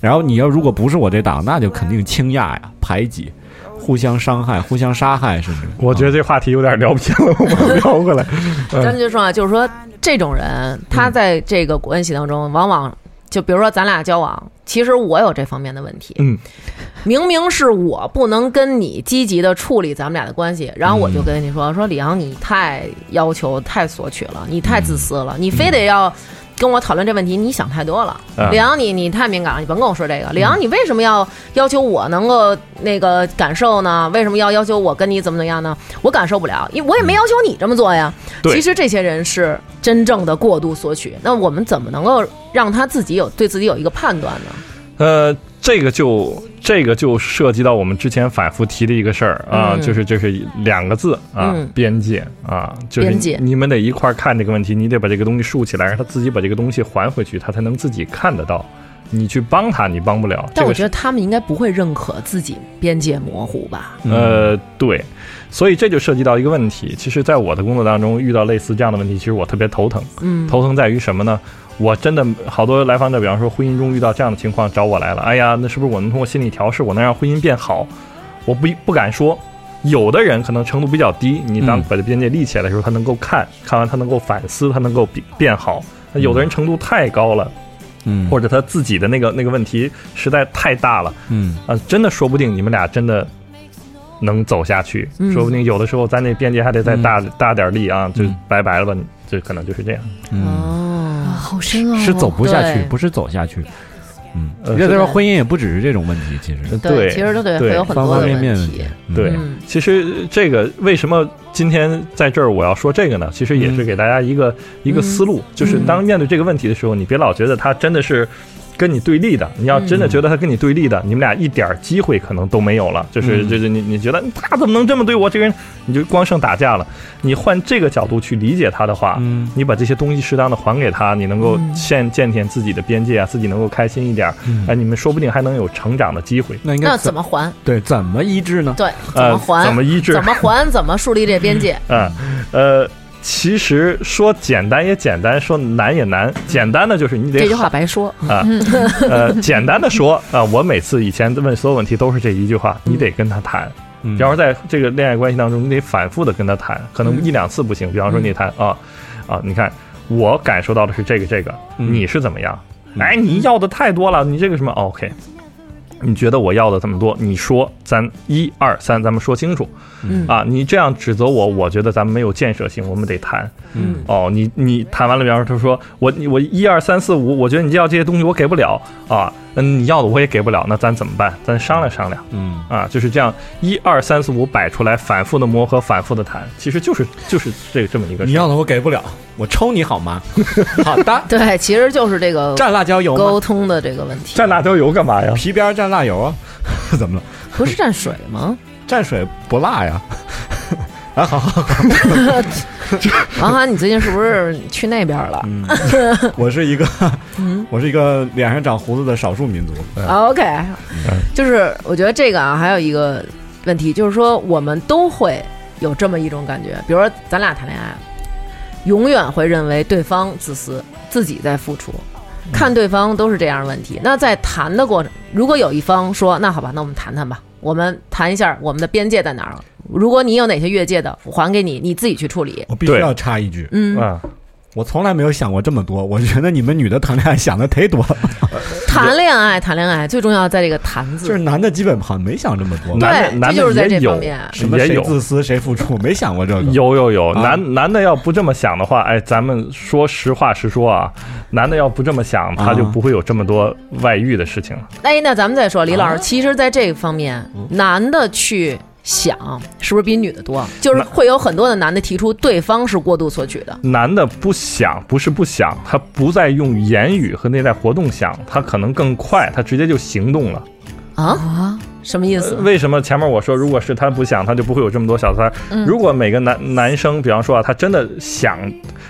然后你要如果不是我这党，那就肯定倾轧呀、排挤、互相伤害、互相杀害，甚至。我觉得这话题有点聊偏了，我们聊回来。嗯咱们就说啊，就是说这种人，他在这个关系当中，往往就比如说咱俩交往，其实我有这方面的问题，嗯，明明是我不能跟你积极的处理咱们俩的关系，然后我就跟你说、说李阳，你太要求太索取了，你太自私了，你非得要。跟我讨论这问题，你想太多了，嗯李阳，你你太敏感了，你甭跟我说这个。李阳，你为什么要要求我能够那个感受呢？为什么要要求我跟你怎么怎么样呢？我感受不了，因为我也没要求你这么做呀。对其实这些人是真正的过度索取，那我们怎么能够让他自己有对自己有一个判断呢？呃，这个就这个就涉及到我们之前反复提的一个事儿啊，嗯就是就是两个字啊，嗯边界啊，就是边界你们得一块儿看这个问题，你得把这个东西竖起来，让他自己把这个东西还回去，他才能自己看得到。你去帮他，你帮不了。但这我个觉得他们应该不会认可自己边界模糊吧？呃，对，所以这就涉及到一个问题。其实，在我的工作当中遇到类似这样的问题，其实我特别头疼。嗯，头疼在于什么呢？我真的好多来访者，比方说婚姻中遇到这样的情况找我来了，哎呀，那是不是我能通过心理调试，我能让婚姻变好？我不不敢说。有的人可能程度比较低，你当嗯把这边界立起来的时候，他能够看，看完他能够反思，他能够变变好。那有的人程度太高了，嗯，或者他自己的那个那个问题实在太大了，嗯啊，真的说不定你们俩真的能走下去，嗯说不定有的时候咱这边界还得再大、大点儿力啊，就嗯拜拜了吧，就可能就是这样。嗯，啊，哦，好深奥、哦，是走不下去对，不是走下去。嗯，呃也就是是呃说，婚姻也不只是这种问题，其实对，其实都对，对会有很方多方的面面问题题。。嗯对嗯其实这个为什么今天在这儿我要说这个呢？其实也嗯是给大家一个、一嗯个思路，就是当面对这个问题的时候，你别老觉得他真的是跟你对立的。你要嗯真的觉得他跟你对立的，你们俩一点儿机会可能都没有了。就是嗯就是你你觉得他怎么能这么对我？这个人你就光剩打架了。你换这个角度去理解他的话，嗯你把这些东西适当的还给他，你嗯能够现践舔自己的边界啊，自己能够开心一点儿，嗯哎，你们说不定还能有成长的机会。那应该那怎么还？对怎么医治呢？对，怎呃么，还？怎么医治？怎么还？怎么树立这边 界？嗯，呃，其实说简单也简单，说难也难。简单的就是你得这句话嗯白说。 啊，呃，简单的说啊、我每次以前问所有问题都是这一句话，你得跟他谈。嗯比方说在这个恋爱关系当中，你得反复的跟他谈，可嗯能一两次不行。比方说你谈啊啊，你看我感受到的是这个这个，嗯你是怎么样？哎，你要的太多了，你这个什么、哦 OK？你觉得我要的这么多，你说咱一二三，咱们说清楚。嗯啊，你这样指责我，我觉得咱们没有建设性，我们得谈。嗯哦，你你谈完了，比方说他说我你我一二三四五，我觉得你要这些东西我给不了啊，嗯，你要的我也给不了，那咱怎么办？咱商量商量嗯啊，就是这样一二三四五摆出来，反复的磨合，反复的谈，其实就是就是这这么一个你事儿。要的我给不了，我抽你好吗？ 好的， 对，其实就是这个蘸辣椒油吗？沟通的这个问题，蘸辣椒油干嘛呀？皮边儿蘸辣油啊？ 怎么了？不是蘸水吗？蘸水不辣呀？ 啊王涵，你最近是不是去那边了嗯，我是一个， 我是一个脸上长胡子的少数民族。嗯啊啊？OK，就是我觉得这个啊，还有一个问题，就是说我们都会有这么一种感觉，比如说咱俩谈恋爱，永远会认为对方自私，自己在付出，嗯看对方都是这样的问题。那在谈的过程，如果有一方说那好吧，那我们谈谈吧，我们谈一下我们的边界在哪儿。如果你有哪些越界的，我还给你，你自己去处理。我必须对要插一句，嗯啊，我从来没有想过这么多， 我觉得你们女的谈恋爱想的忒多了， 谈恋爱，谈恋爱最重要在这个“谈”就是字。男的基本盘没想这么多，男的对男这就是在的也这方有面什么也谁有自私谁付出， 没想过这个。有有有，啊男男的要不这么想的话，哎，咱们说实话实说啊，男的要不这么想，他就啊不会有这么多外遇的事情了。哎，那咱们再说，李老啊师，其实在这个方面，嗯男的去想是不是比女的多？就是会有很多的男的提出对方是过度索取的。男的不想，不是不想，他不再用言语和内在活动想，他可能更快，他直接就行动了。啊？什么意思？嗯呃为什么前面我说，如果是他不想，他就不会有这么多小三儿？嗯如果每个男男生，比方说啊，他真的想，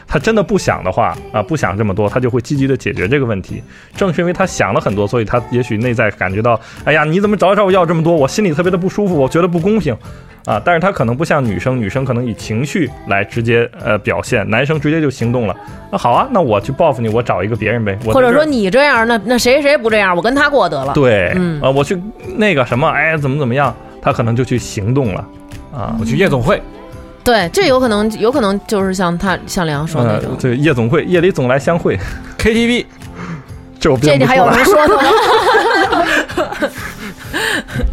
他真的不想的话啊，不想这么多，他就会积极的解决这个问题。正是因为他想了很多，所以他也许内在感觉到，哎呀，你怎么找找我要这么多？我心里特别的不舒服，我觉得不公平。啊，但是他可能不像女生，女生可能以情绪来直接呃表现，男生直接就行动了。那好啊，那我去报复你，我找一个别人呗。我或者在这说儿你这样，那那谁谁不这样？我跟他过得了。对，嗯啊，我去那个什么，哎，怎么怎么样，他可能就去行动了，啊。嗯我去夜总会，对，这有可能，有可能就是像他像梁说的那呃种，。对，夜总会，夜里总来相会， KTV 这我这编你不还出有来，人说的 吗？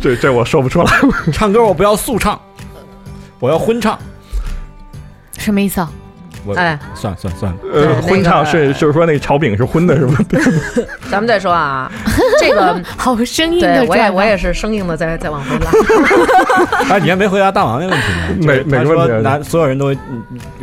这这我说不出来。唱歌我不要速唱，我要荤唱。什么意思啊？我哎，算算算了， 对那呃，荤唱个是就是说那个炒饼是荤的，是吗？。咱们再说啊，这个好生硬的对我也转我啊也是生硬的在在往回拉。哎，你还没回答大王那问题呢 就是他哪哪个问题说啊男所有人都会嗯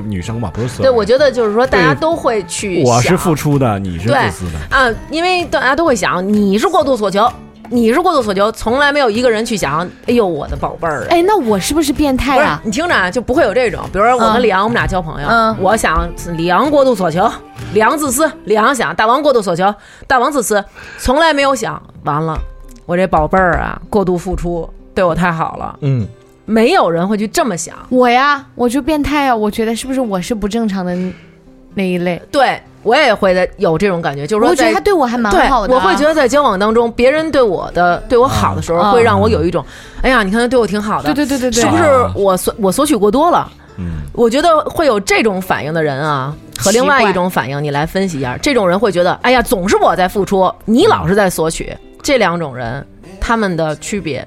女生吧，不是所对，有人。我觉得就是说大家都会去想，我是付出的，你是对自私的。啊，因为大家都会想，你是过度所求，你是过度所求，从来没有一个人去想，哎呦我的宝贝儿啊。哎，那我是不是变态不是啊？你听着啊，就不会有这种。比如说，我跟嗯李阳，我们俩交朋友，嗯我想李阳过度所求，李阳自私，李阳想大王过度所求，大王自私，从来没有想完了，我这宝贝儿啊，过度付出对我太好了，嗯，没有人会去这么想。我呀，我就变态啊！我觉得是不是我是不正常的那一类？对我也会的有这种感觉，就是说我觉在得他对我还蛮对，好的啊、我会觉得在交往当中，别人对我的对我好的时候，啊会让我有一种，哎呀，你看他对我挺好的，对对对对对，是不是啊我索我索取过多了？嗯，我觉得会有这种反应的人啊，和另外一种反应，你来分析一下，这种人会觉得，哎呀，总是我在付出，你老是在索取，这两种人他们的区别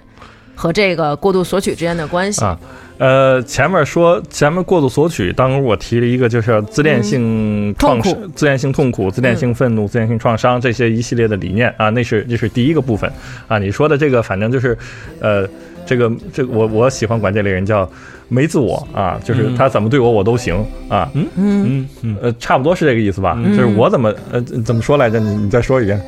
和这个过度索取之间的关系，啊呃，前面说前面过度索取，当时我提了一个，就是自恋性创痛伤、自恋性痛苦、自恋性愤怒、自恋性创伤这些一系列的理念啊，那是这是第一个部分啊。你说的这个，反正就是，呃，这个这个我我喜欢管这类人叫没自我啊，就是嗯他怎么对我我都行啊，嗯，嗯嗯，呃，差不多是这个意思吧？就是我怎么呃怎么说来着？你你再说一遍。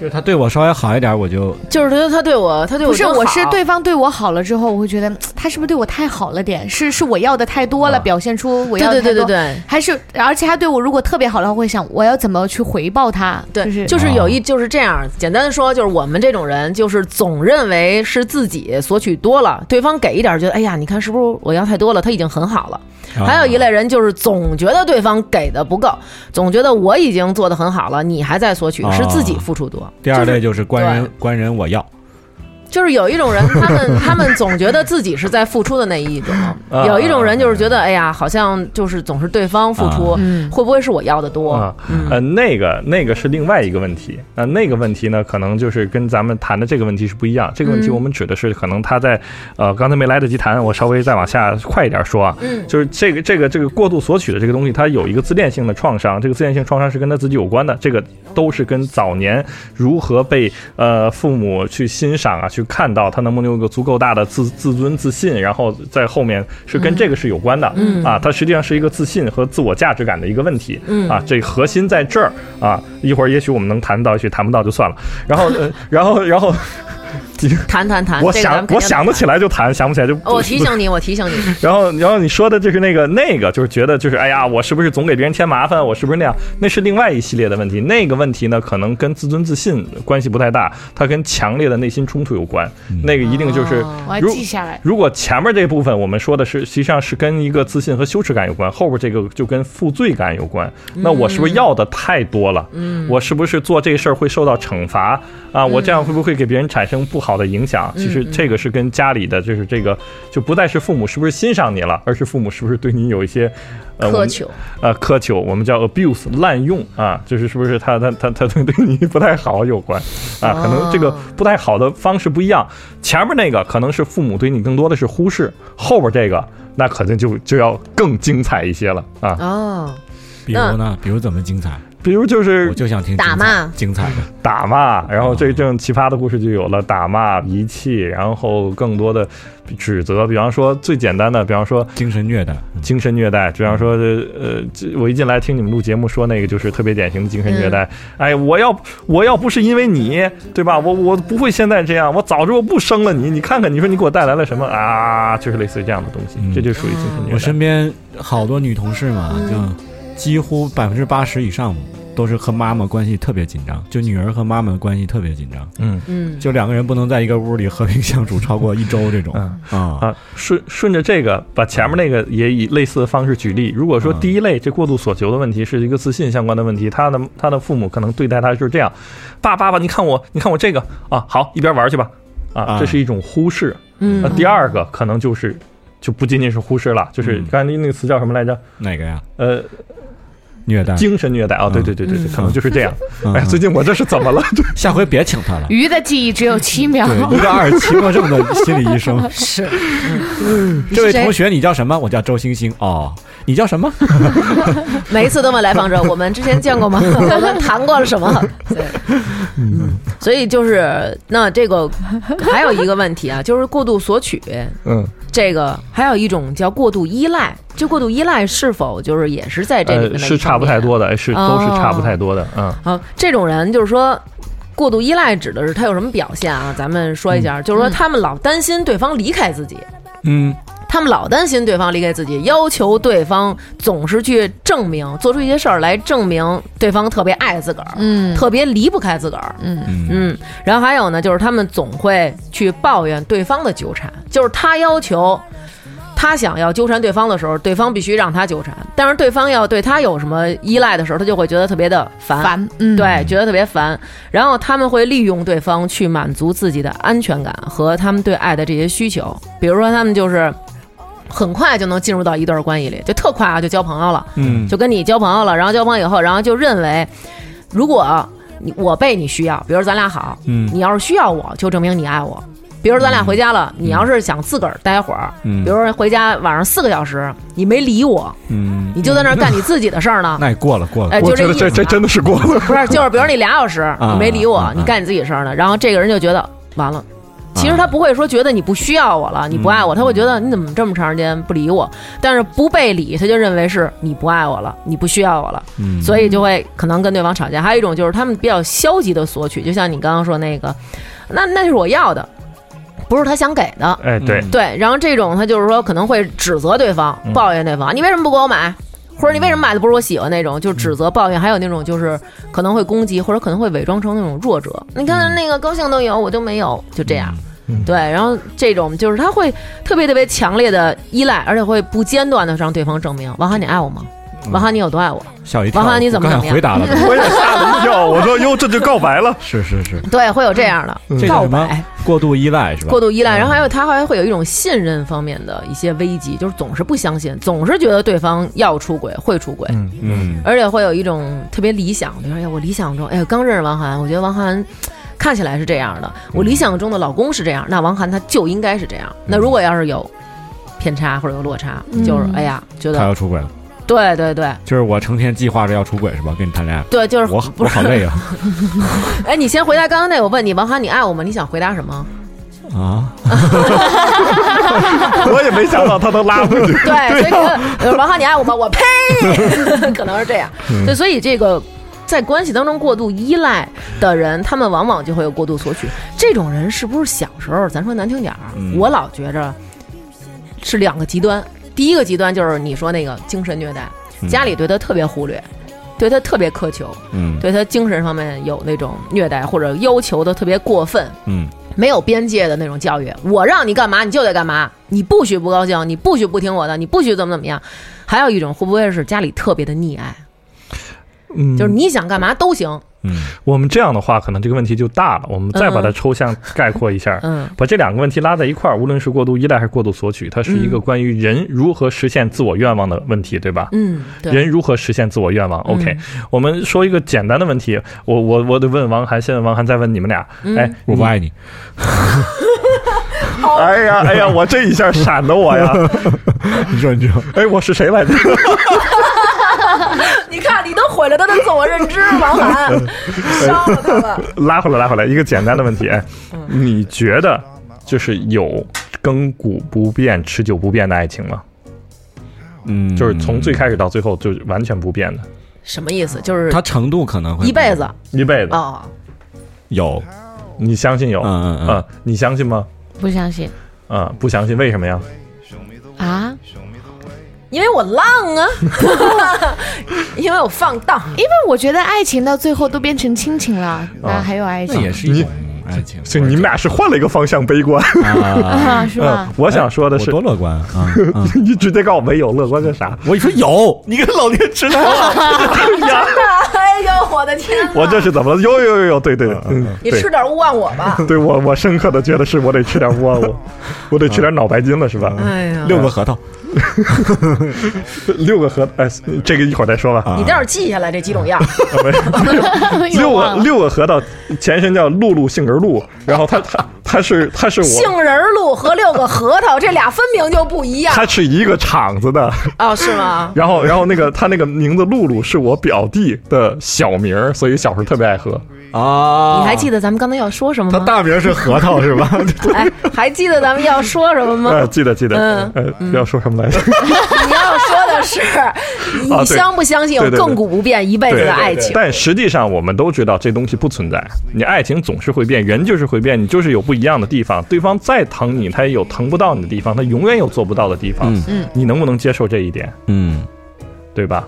就是他对我稍微好一点，我就就是他他对我他对我不是，真我是好对方对我好了之后，我会觉得嘖他是不是对我太好了点？是是我要的太多了，啊表现出我对要的对太多。对对对。还是，而且他对我如果特别好的话，会想我要怎么去回报他？对，就是就是哦有一就是这样，简单的说，就是我们这种人，就是总认为是自己索取多了，对方给一点，觉得哎呀，你看是不是我要太多了？他已经很好了。哦还啊有一类人就是总觉得对方给的不够，总觉得我已经做的很好了，你还在索取，哦啊是自己付出多。第二就是类就是官人，官人我要。就是有一种人，他们他们总觉得自己是在付出的那一种， 啊有一种人就是觉得哎呀，好像就是总是对方付出，嗯会不会是我要的多？啊，呃，那个那个是另外一个问题。那、那个问题呢，可能就是跟咱们谈的这个问题是不一样。这个问题我们指的是可能他在、呃刚才没来得及谈，我稍微再往下快一点说啊。嗯就是这个这个这个过度索取的这个东西，它有一个自恋性的创伤，这个自恋性创伤是跟他自己有关的，这个都是跟早年如何被呃父母去欣赏啊，去看到他能不能有个足够大的自自尊自信，然后在后面是跟这个是有关的，嗯啊，它实际上是一个自信和自我价值感的一个问题，嗯啊，这核心在这儿啊，一会儿也许我们能谈到，也许谈不到就算了，然后呃，然后然后。谈谈谈，我啊这个咱想们，肯定哦我想得起来就谈，想不起来就。我提醒你，我提醒你。 然后，然后你说的就是那个那个，就是觉得就是哎呀，我是不是总给别人添麻烦？我是不是那样？那是另外一系列的问题。那个问题呢，可能跟自尊自信关系不太大，它跟强烈的内心冲突有关。那个一定就是哦嗯我要如记下来。如果前面这部分我们说的是，实际上是跟一个自信和羞耻感有关，后边这个就跟负罪感有关。嗯那我是不是要的太多了？嗯，我是不是做这事儿会受到惩罚啊？我这样会不会给别人产生不好的影响。其实这个是跟家里的，就是这个就不再是父母是不是欣赏你了，而是父母是不是对你有一些 呃我苛们求，呃苛求，我们叫 abuse 滥用啊，就是是不是他他他他对对你不太好有关啊？可能这个不太好的方式不一样，前面那个可能是父母对你更多的是忽视，后边这个那可能就就要更精彩一些了啊。哦，比如呢？比如怎么精彩？比如就是我就想听打精彩骂精彩 的。打骂，然后这这种奇葩的故事就有了，打骂、遗弃，然后更多的指责，比方说最简单的，比方说精神虐待，嗯精神虐待，比方说呃，这我一进来听你们录节目说那个就是特别典型的精神虐待，哎，我要我要不是因为你，对吧？我我不会现在这样，我早知道不生了你，你看看你说你给我带来了什么啊？就是类似于这样的东西，嗯这就属于精神虐待。我身边好多女同事嘛，嗯就几乎百分之八十以上都是和妈妈关系特别紧张，就女儿和妈妈的关系特别紧张，嗯嗯，就两个人不能在一个屋里和平相处超过一周这种嗯啊。啊，顺顺着这个，把前面那个也以类似的方式举例。如果说嗯第一类这过度所求的问题是一个自信相关的问题，他的他的父母可能对待他就是这样：爸爸爸，你看我，你看我这个啊，好，一边玩去吧。啊啊，这是一种忽视。那、嗯，啊第二个可能就是就不仅仅是忽视了，就是嗯刚才那个词叫什么来着？哪个呀？呃，虐待。精神虐待啊，对对对对对，可能就是这样。嗯哎呀，最近我这是怎 么了？下回别请他了。鱼的记忆只有七秒。 对，一个阿尔奇诺症的心理医生是。这位同学，你叫什么？我叫周星星。哦，你叫什么？每一次都问来访者，我们之前见过 吗？ 我们谈过了什么？对，嗯，所以就是那这 个还有一个问题啊，就是过度索取，嗯，这个还有一种叫过度依赖，就过度依赖是否就是也是在这里面的呃，一是差不太方面多的，哎是都是差不哦太多的。嗯，啊？这种人就是说。过度依赖指的是他有什么表现啊？咱们说一下，嗯就是说他们老担心对方离开自己，嗯，他们老担心对方离开自己，要求对方总是去证明，做出一些事儿来证明对方特别爱自个儿，嗯，特别离不开自个儿。嗯嗯，然后还有呢，就是他们总会去抱怨对方的纠缠，就是他要求。他想要纠缠对方的时候，对方必须让他纠缠；但是对方要对他有什么依赖的时候，他就会觉得特别的烦，烦，嗯，对，哎觉得特别烦。然后他们会利用对方去满足自己的安全感和他们对爱的这些需求，比如说他们就是很快就能进入到一段关系里，就特快啊，就交朋友了。嗯，就跟你交朋友了，然后交朋友以后，然后就认为，如果你我被你需要，比如咱俩好，嗯你要是需要我，就证明你爱我。比如咱俩回家了，你要是想自个儿待会儿，嗯比如说回家晚上四个小时，你没理我，嗯，你就在那儿干你自己的事儿 呢。那也过了过了哎，，我就觉意得思这啊。这真的是过 了。不是，就是比如你俩小时，你没理我啊，你干你自己事儿呢，然后这个人就觉得完了。其实啊嗯他不会说觉得你不需要我了，你不爱我，他会觉得你怎么这么长时间不理我？但是不被理，他就认为是你不爱我了，你不需要我了，嗯所以就会可能跟对方吵架。还有一种就是他们比较消极的索取，就像你刚刚说那个，那那是我要的，不是他想给的，哎，对，嗯对，然后这种他就是说可能会指责对方，抱怨对方，你为什么不给我买？或者你为什么买的不是我喜欢那种？就指责、抱怨，还有那种就是可能会攻击，或者可能会伪装成那种弱者。你看那个高兴都有，我就没有，就这样。嗯对，然后这种就是他会特别特别强烈的依赖，而且会不间断的让对方证明：王涵，你爱我吗？王涵，你有多爱我？吓一嗯跳。王涵你怎么我刚怎么想样回答了？我也吓了一 跳，我说哟，这就告白了。是是是，对，会有这样的这叫告什么嗯白、？过度依赖是吧？过度依赖，然后还有他还会有一种信任方面的一些危机，就是总是不相信，总是觉得对方要出轨、会出轨。嗯嗯而且会有一种特别理想，比如说，哎呀，我理想中，哎呀，刚认识王涵，我觉得王涵看起来是这样的，我理想中的老公是这样，那王涵他就应该是这样。那如果要是有偏差或者有落差，就是哎呀，觉他得要出轨了，对对对就是我成天计划着要出轨是吧？跟你谈恋爱，对，就是我不我好累是？ 啊哎，你先回答刚刚那个我问你，王涵，你爱我吗？你想回答什么？啊！我也没想到他能拉回去。 啊对，所以这个王浩，你爱我吗？我 呸，可能是这样。嗯对，所以这个在关系当中过度依赖的人，他们往往就会有过度索取。这种人是不是小时候，咱说难听点儿，嗯我老觉着是两个极端。第一个极端就是你说那个精神虐待，嗯家里对他特别忽略，对他特别苛求，嗯对他精神方面有那种虐待或者要求的特别过分，嗯没有边界的那种教育，我让你干嘛你就得干嘛，你不许不高兴，你不许不听我的，你不许怎么怎么样。还有一种会不会是家里特别的溺爱，嗯就是你想干嘛都行，嗯，我们这样的话，可能这个问题就大了。我们再把它抽象概括一下，嗯把这两个问题拉在一块儿，无论是过度依赖还是过度索取，它是一个关于人如何实现自我愿望的问题，对吧？嗯，对，嗯人如何实现自我愿望？OK，、我们说一个简单的问题，我我我得问王涵，现在王涵再问你们俩，嗯哎，我不爱你，哎呀哎呀，我这一下闪的我呀，嗯你说你说，哎，我是谁来着？你看，你都毁了他的自我认知，王涵，烧了他了。拉回来拉回来，一个简单的问题，哎，嗯你觉得就是有亘古不变、持久不变的爱情吗？嗯，就是从最开始到最后就是完全不变的，什么意思？就是它程度可能会一辈子一辈子，哦，有，你相信有？嗯嗯嗯嗯，你相信吗？不相信嗯，不相信，为什么呀？啊？因为我浪啊， 因为我放荡。因为我觉得爱情到最后都变成亲情了，啊那还有爱那也情是一种爱情。所以你们俩是换了一个方向悲观。 啊，啊？是吧 嗯？， 我想说的我是，多乐观啊！啊 你直接告诉我没有乐观个啥？ 我一说有， 你跟老爹直男 哎呦，我的天！我这是怎么了？有有有有，对对对，嗯你吃点勿忘我吧。对我我深刻的觉得是我得吃点窝窝，我得吃点脑白金了，是吧？哎呀，六个核桃，六个核，哎，这个一会儿再说吧。啊你待会儿记下来这几种样。又六个哎忘了六个核桃，前身叫露露杏仁露，然后它它它是它是我，杏仁露和六个核桃，这俩分明就不一样它是一个厂子的，哦，是吗？然后然后那个它那个名字露露是我表弟的小名儿，所以小时候特别爱喝。啊！你还记得咱们刚才要说什么他吗？大名是核桃是 吧？哎，还记得咱们要说什么 吗？哎，记得记得，嗯呃，要说什么来 着？你要说的 是，你啊对相不相信有对对对亘古不变、一辈子对的爱情？但实际上，我们都知道这东西不存在。你爱情总是会变，人就是会变，你就是有不一样的地方。对方再疼你，他也有疼不到你的地方，他永远有做不到的地方。嗯嗯，你能不能接受这一点？嗯，对吧？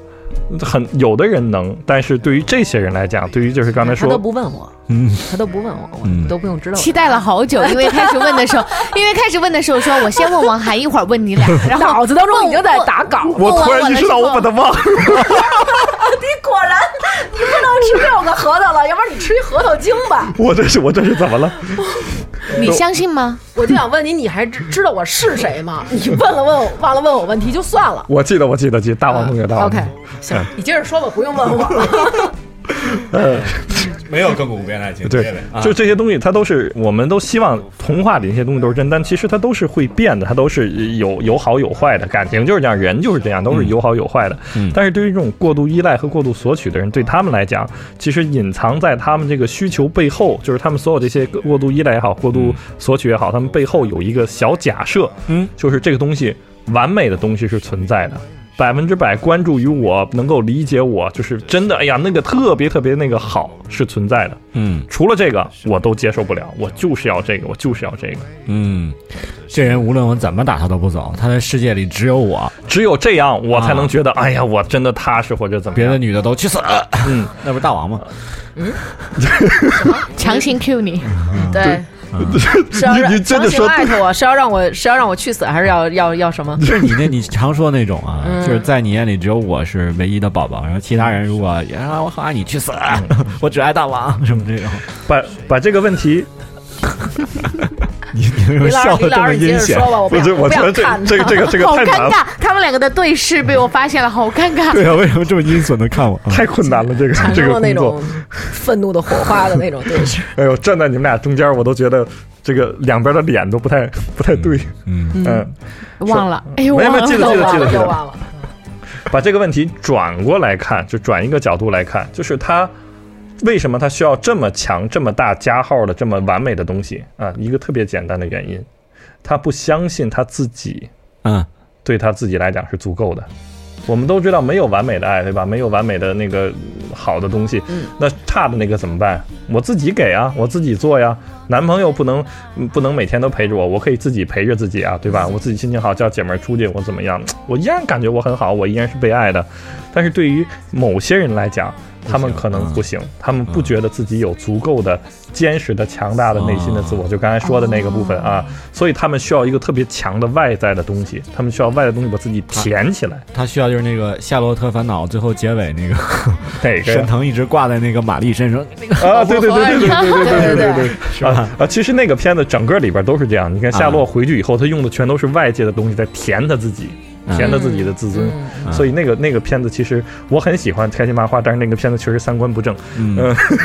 很有的人能，但是对于这些人来讲，对于就是刚才他都说，不问我，嗯， 他都不问我，嗯我都不用知道。期待了好久，因为开始问的 时候，因为开始问的时候说，我先问王涵，一会儿问你 俩，然后脑子当中已经在打稿，我突然意识到我把他忘了。 你果然你不能吃六个核桃了，要不然你吃一核桃精吧。 我这是我这是怎么了？你相信吗？我就想问你，你还知知道我是谁吗？你问了问我，忘了问我问题就算了。我记得我记得记得大王同学，大王同啊 OK，学。行，你接着说吧，不用问我了。 没有亘古不变的爱情对，就这些东西，它都是我们都希望童话里那些东西都是真，但其实它都是会变的，它都是有有好有坏的，感情就是这样，人就是这样，都是有好有坏的。嗯但是对于这种过度依赖和过度索取的人，对他们来讲，其实隐藏在他们这个需求背后，就是他们所有这些过度依赖也好，过度索取也好，他们背后有一个小假设，嗯，就是这个东西完美的东西是存在的。百分之百关注于我，能够理解我，就是真的。哎呀，那个特别特别那个好是存在的，嗯除了这个，我都接受不了，我就是要这个，我就是要这个。嗯，这人无论我怎么打他都不走，他的世界里只有我，只有这样，我才能啊觉得，哎呀，我真的踏实或者怎么别样。的女的都去死。嗯，那不是大王吗？强行 Q 你，对， 是要让强行艾特我，是要让我是要让我去死，还是要要要什么？就是你那，你常说那种啊，嗯就是在你眼里只有我是唯一的宝宝，然后其他人如果也啊，我 好爱你，去死，我只爱大王什么这种，把把这个问题，你你李为什老么笑师，的李老这么师，你接阴着险说？吧，我不我想这我不觉想得这看这个这 个这个好太难尴了，尬，他们两个的对视被我发现了，好尴 尬。对啊，为什么这么阴损的看我？啊太困难了，这个产这生了个那工作种。愤怒的火花的那种 对峙。哎呦，站在你们俩中间，我都觉得这个两边的脸都不太不太对。嗯，嗯，忘了，哎呦，没忘没了，记得记得记得记又得，忘了， 把这个问题转过来看，就转一个角度来看，就是他。为什么他需要这么强、这么大加号的、这么完美的东西啊？一个特别简单的原因，他不相信他自己嗯，对他自己来讲是足够的。我们都知道没有完美的爱，对吧？没有完美的那个嗯好的东西，那差的那个怎么办？我自己给啊，我自己做呀。男朋友不能嗯不能每天都陪着我，我可以自己陪着自己啊，对吧？我自己心情好，叫姐们儿出去，我怎么样？我依然感觉我很好，我依然是被爱的。但是对于某些人来讲，他们可能不行，嗯他们不觉得自己有足够的坚实的、强大的内心的自哦我，就刚才说的那个部分啊，所以他们需要一个特别强的外在的东西，他们需要外在的东西把自己填起来。他需要就是那个《夏洛特烦恼》最后结尾那个哪个沈呀？腾一直挂在那个玛丽身上，啊，对对对对对 对对对对对。是吧？啊，其实那个片子整个里边都是这样。你看夏啊洛回去以后，他用的全都是外界的东西在填他自己，填他自己的自尊。嗯所以那个那个片子其实我很喜欢开心麻花，但是那个片子确实三观不正。嗯嗯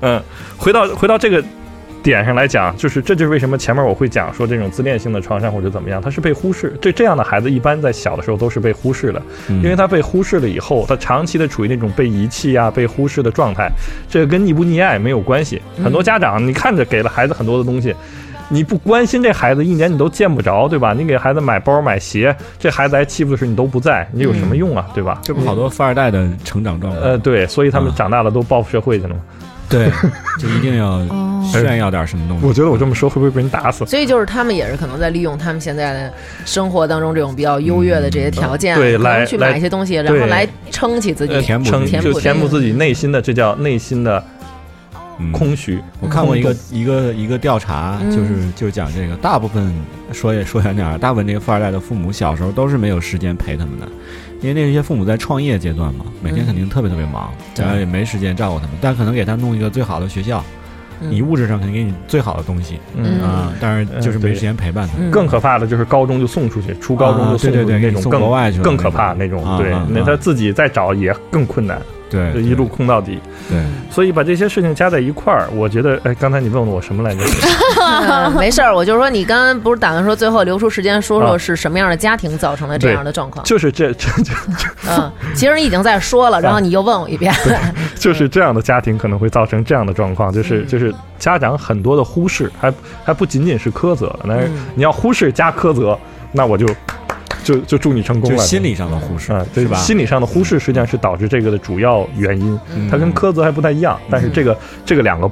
嗯，回到回到这个点上来讲，就是这就是为什么前面我会讲说这种自恋性的创伤或者怎么样，它是被忽视。这这样的孩子一般在小的时候都是被忽视的，嗯因为他被忽视了以后，他长期的处于那种被遗弃啊、被忽视的状态，这个跟溺不溺爱没有关系。很多家长，你看着给了孩子很多的东西。你不关心这孩子，一年你都见不着，对吧？你给孩子买包买鞋，这孩子挨欺负的时候你都不在，你有什么用啊，对吧？这不好多富二代的成长状呃，况，对，所以他们啊长大了都报复社会去了嘛。对，就一定要哦炫耀点什么东西。我觉得我这么说会不会被人打死？所以就是他们也是可能在利用他们现在的生活当中这种比较优越的这些条件，啊嗯对可能来去买来一些东西，然对后来撑起自己呃，填补成自己就填补这个自己内心的，这叫内心的嗯空虚。我看过一个空一个一个调查，嗯就是就是讲这个，大部分说也说远点儿，大部分这个富二代的父母小时候都是没有时间陪他们的，因为那些父母在创业阶段嘛，每天肯定特别特别忙，嗯对然后也没时间照顾他们，但可能给他弄一个最好的学校，嗯你物质上肯定给你最好的东西洞嗯嗯啊，但是就是嗯没对时间陪伴他。嗯更可怕的就是高中就送出去，初高中啊对就送对出对，给去那你种送国更外去了更可怕那种啊。对啊，那啊他自己再找也更困难，对就对一路空到底。对，嗯所以把这些事情加在一块儿，我觉得，哎，刚才你问我什么来着？ 嗯 没事儿，我就是说，你刚刚不是打算说最后留出时间说说啊是什么样的家庭造成了这样的状况？就是这 这这 嗯，其实你已经在说 了，然后你又问我一遍，就是这样的家庭可能会造成这样的状况，就是嗯就是家长很多的忽视，还还不仅仅是苛责，那嗯你要忽视加苛责，那我就就就祝你成功就了。心理上的忽视啊，对是吧？嗯心理上的忽视实际上是导致这个的主要原因， 嗯它跟苛责还不太一样，嗯但是这个这个两个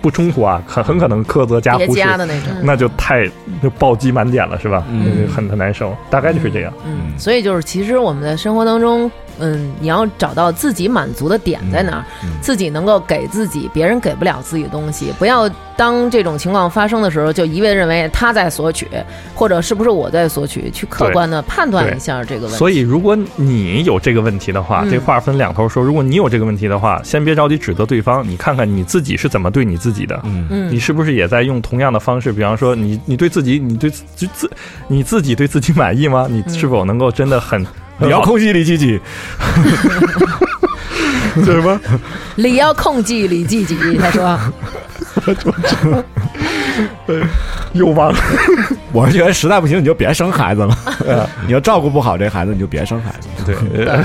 不冲突啊，很很可能苛责加叠忽视，加的那种。嗯那就太就暴击满点了，是吧？嗯那就很很难受，大概就是这样。嗯，所以就是，其实我们在生活当中，嗯，你要找到自己满足的点在哪儿，嗯嗯自己能够给自己别人给不了自己的东西。不要当这种情况发生的时候，就一味认为他在索取，或者是不是我在索取，去客观的判断一下这个嗯问题。所以，如果你有这个问题的话，嗯这话分两头说。如果你有这个问题的话，先别着急指责对方，你看看你自己是怎么对你自己的。嗯嗯你，是不是也在用同样的方式？比方说你，你对自己，你对自就自你自己对自己满意吗？你是否能够真的很你要空气里积极， 对吧？理要控制理自己，他 说，又忘了。我是觉得实在不行你就别生孩子了， 你要照顾不好这孩子你就别生孩子。对，呃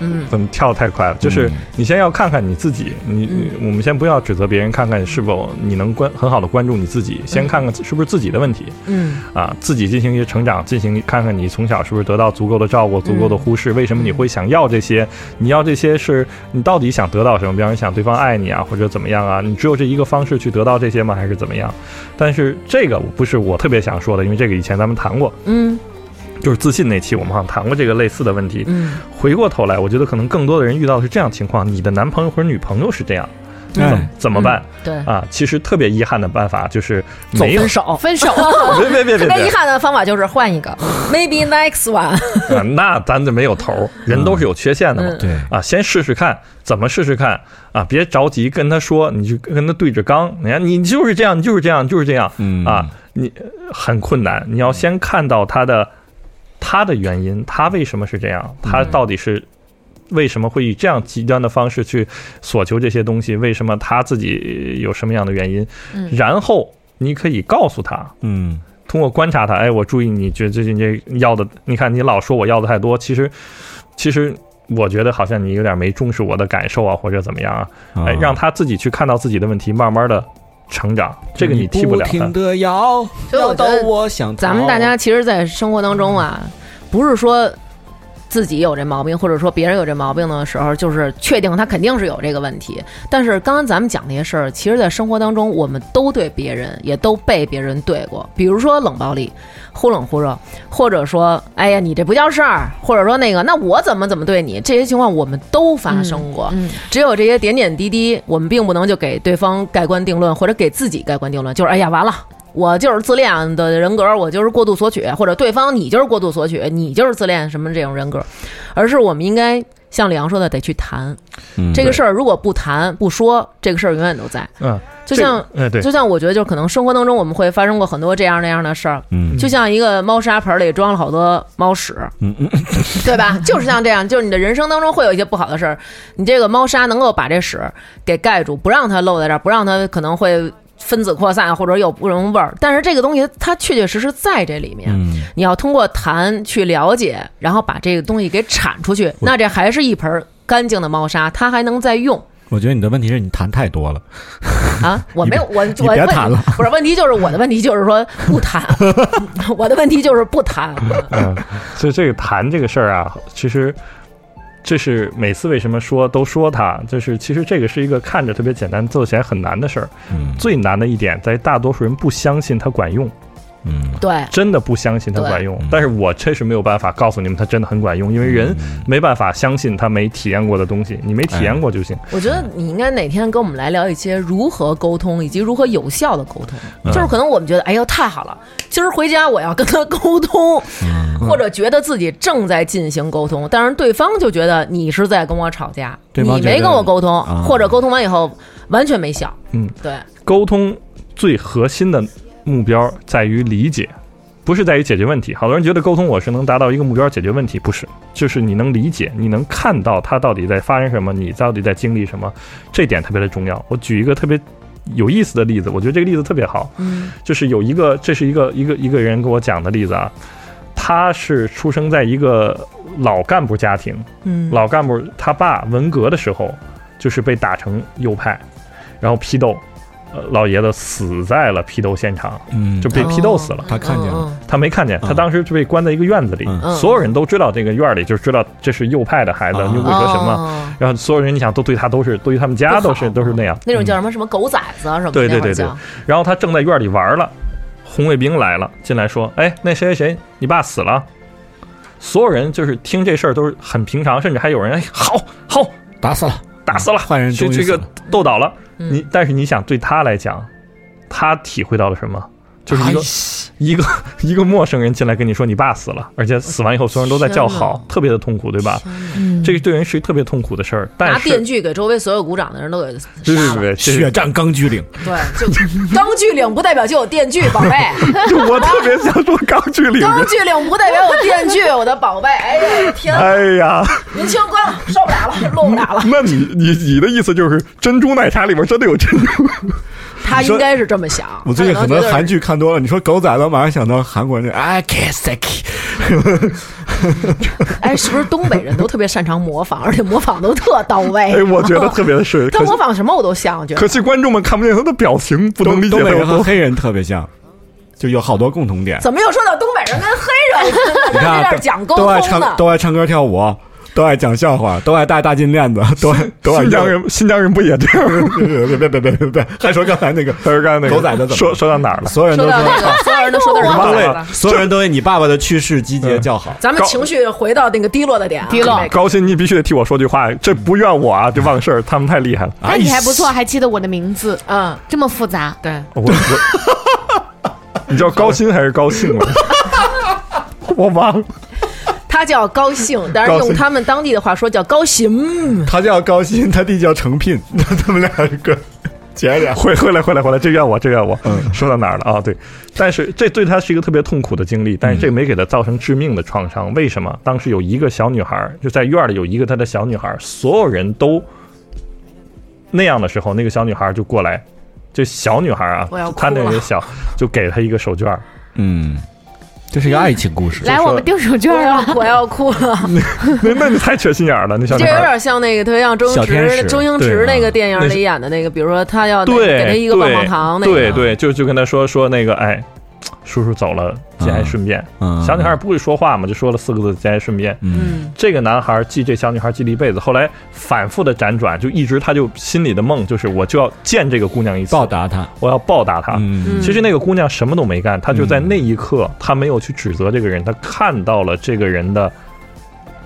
嗯怎么跳太快了？就是嗯你先要看看你自己，你你我们先不要指责别人，看看是否你能关很好的关注你自己，先看看是不是自己的问题嗯啊，自己进行一些成长，进行看看你从小是不是得到足够的照顾、足够的嗯忽视，为什么你会想要这些？你要这些是你到底想得到什么？比方说想对方爱你啊，或者怎么样啊？你只有这一个方式去得到这些吗？还是怎么样？但是这个不是我特别想说的，因为这个以前咱们谈过，嗯就是自信那期我们好像谈过这个类似的问题，嗯，回过头来，我觉得可能更多的人遇到的是这样情况：你的男朋友或者女朋友是这样，哎，怎嗯么办、对，啊？其实特别遗憾的办法就是没有分，手。分手， 别别别别特别遗别憾的方法就是换一个，maybe next one。啊，那咱就没有头儿，人都是有缺陷的嘛。对，啊，先试试看，怎么试试看啊？别着急跟他说，你就跟他对着刚，你看你就是这样，你就是这样，你就是这样嗯啊，，你呃很困难。你要先看到他的他的原因，他为什么是这样，他到底是为什么会以这样极端的方式去索求这些东西？为什么他自己有什么样的原因？嗯然后你可以告诉他，嗯，通过观察他，哎，我注意你觉得最近这要的，你看你老说我要的太多，其实其实。我觉得好像你有点没重视我的感受啊，或者怎么样啊？哎，让他自己去看到自己的问题，慢慢的成长。这个你你替不了他。停的摇，所以我摇觉到得我想逃咱们大家其实，在生活当中啊，不是说自己有这毛病，或者说别人有这毛病的时候，就是确定他肯定是有这个问题。但是刚刚咱们讲那些事儿，其实在生活当中，我们都对别人，也都被别人对过，比如说冷暴力、忽冷忽热，或者说哎呀你这不叫事儿，或者说那个那我怎么怎么对你，这些情况我们都发生过。嗯，只有这些点点滴滴，我们并不能就给对方盖棺定论，或者给自己盖棺定论，就是哎呀完了。我就是自恋的人格，我就是过度索取，或者对方你就是过度索取，你就是自恋什么这种人格，而是我们应该像李阳说的，得去谈嗯这个事儿。如果不谈不说，这个事儿永远都在。嗯，就像这哎对，就像我觉得，就是可能生活当中我们会发生过很多这样那样的事儿，嗯就像一个猫砂盆里装了好多猫屎，嗯嗯对吧？就是像这样，就是你的人生当中会有一些不好的事儿，你这个猫砂能够把这屎给盖住，不让它漏在这儿，不让它可能会分子扩散或者有不同味儿。但是这个东西它确确实实在这里面，嗯，你要通过谈去了解，然后把这个东西给铲出去，那这还是一盆儿干净的猫砂，它还能再用。我觉得你的问题是你谈太多了，啊，我没有，我你我别问谈了，不是问题，就是我的问题就是说不 谈，我的问题就是不谈。嗯，所以这个谈这个事儿啊，其实这是每次为什么说都说它，就是其实这个是一个看着特别简单，做起来很难的事儿。嗯最难的一点在于大多数人不相信它管用，嗯，对，真的不相信它管用对嗯。但是我确实没有办法告诉你们它真的很管用，因为人没办法相信他没体验过的东西，你没体验过就行。我觉得你应该哪天跟我们来聊一些如何沟通，以及如何有效的沟通。嗯就是可能我们觉得，哎呦太好了，今儿回家我要跟他沟通，嗯或者觉得自己正在进行沟通，但是对方就觉得你是在跟我吵架，对方你没觉得跟我沟通，啊或者沟通完以后完全没效。嗯，对，沟通最核心的目标在于理解，不是在于解决问题。好多人觉得沟通我是能达到一个目标解决问题，不是，就是你能理解，你能看到他到底在发生什么，你到底在经历什么，这点特别的重要。我举一个特别。有意思的例子，我觉得这个例子特别好，嗯就是有一个，这是一个一个一个人给我讲的例子啊，他是出生在一个老干部家庭，嗯老干部他爸文革的时候，就是被打成右派，然后批斗，呃，老爷子死在了批斗现场，嗯就被批斗死了。他看见了，他没看见，嗯他当时就被关在一个院子里，嗯所有人都知道这个院里，就是知道这是右派的孩子，啊哦又不说什么。哦然后所有人，你想都对他都是，对于他们家都是不都是那样。那种叫什嗯么什么狗崽子啊什么的，对那对会儿对对叫然后他正在院里玩了，红卫兵来了，进来说：“哎，那谁谁谁，你爸死了。”所有人就是听这事儿都是很平常，甚至还有人哎，好好打死了，打死了，坏人这终于这死个了斗倒了。嗯你但是你想，对他来讲，他体会到了什么？就是哎一个、一个一个陌生人进来跟你说你爸死了，而且死完以后所有人都在叫好天，特别的痛苦，对吧？嗯这个对人是一个特别痛苦的事儿。但拿是电，锯给周围所有鼓掌的人都给杀了。对对对，对这血是战钢锯岭，对，就钢锯岭不代表就有电锯，宝贝。就我特别想说钢锯岭人钢。锯岭不代表有电锯，我的宝贝。哎呀，我的天，哎呀，您清关了，受不了了，录不了了。 那你你你的意思就是珍珠奶茶里面真的有珍珠？他应该是这么想。我最近他可觉能得韩剧看多了，你说狗仔了，马上想到韩国那哎 kiss kiss，哎，是不是东北人都特别擅长模仿，而且模仿都特到位？哎，我觉得特别的顺。他 可惜模仿什么我都像，我觉得可惜观众们看不见他的表情，不能理解东他北有人和多。黑人特别像，就有好多共同点。怎么又说到东北人跟黑人你在看这啊儿讲沟都爱通唱呢？都爱唱歌跳舞，都爱讲笑话，都爱戴大金链子，都爱都爱新疆人，新疆人不也这样吗？别别别别别别！还说刚才那个，他 说刚才那个狗仔的怎么说说到哪儿了？所有人说哎都到说那个，所有人都说到你人爸口为了。所有人都为你爸爸的去世集嗯结叫好。咱们情绪回到那个低落的点啊，低落高鑫，你必须得替我说句话，这不怨我啊，这忘事儿，他们太厉害了。但你还不错，还记得我的名字，嗯，这么复杂。对，我我， 你叫高鑫还是高兴了？ 我忘了，他叫高兴，但是高用兴他们当地的话说叫高嗯兴。他叫高鑫，他弟叫成聘， 他们俩是个姐俩。 回回来回来回来，这怨我这怨我。嗯说到哪儿了啊？对，但是这对他是一个特别痛苦的经历，但嗯是这没给他造成致命的创伤。为什么？当时有一个小女孩儿，就在院儿里有一个她的小女孩儿，所有人都那样的时候，那个小女孩儿就过来，这小女孩儿啊我要，哭她那个了小就给她一个手绢儿， 嗯，这是一个爱情故事来，我们丢手绢我儿要了。我要哭了。那那你太缺心眼儿了，啊 那小女这孩有儿。点像那个，特别像周星小天驰，使周星驰对那个电影啊那是里演的那个，比如说他要那个对，给他一个棒棒糖，那个对对，就就跟他说说那个，哎，叔叔走了，节哀顺变。嗯，小女孩不会说话嘛，就说了四个字“节哀顺变”。嗯，这个男孩记这小女孩记了一辈子，后来反复的辗转，就一直他就心里的梦就是我就要见这个姑娘一次，报答他，我要报答她。嗯嗯其实那个姑娘什么都没干，她就在那一刻，她没有去指责这个人，她看到了这个人的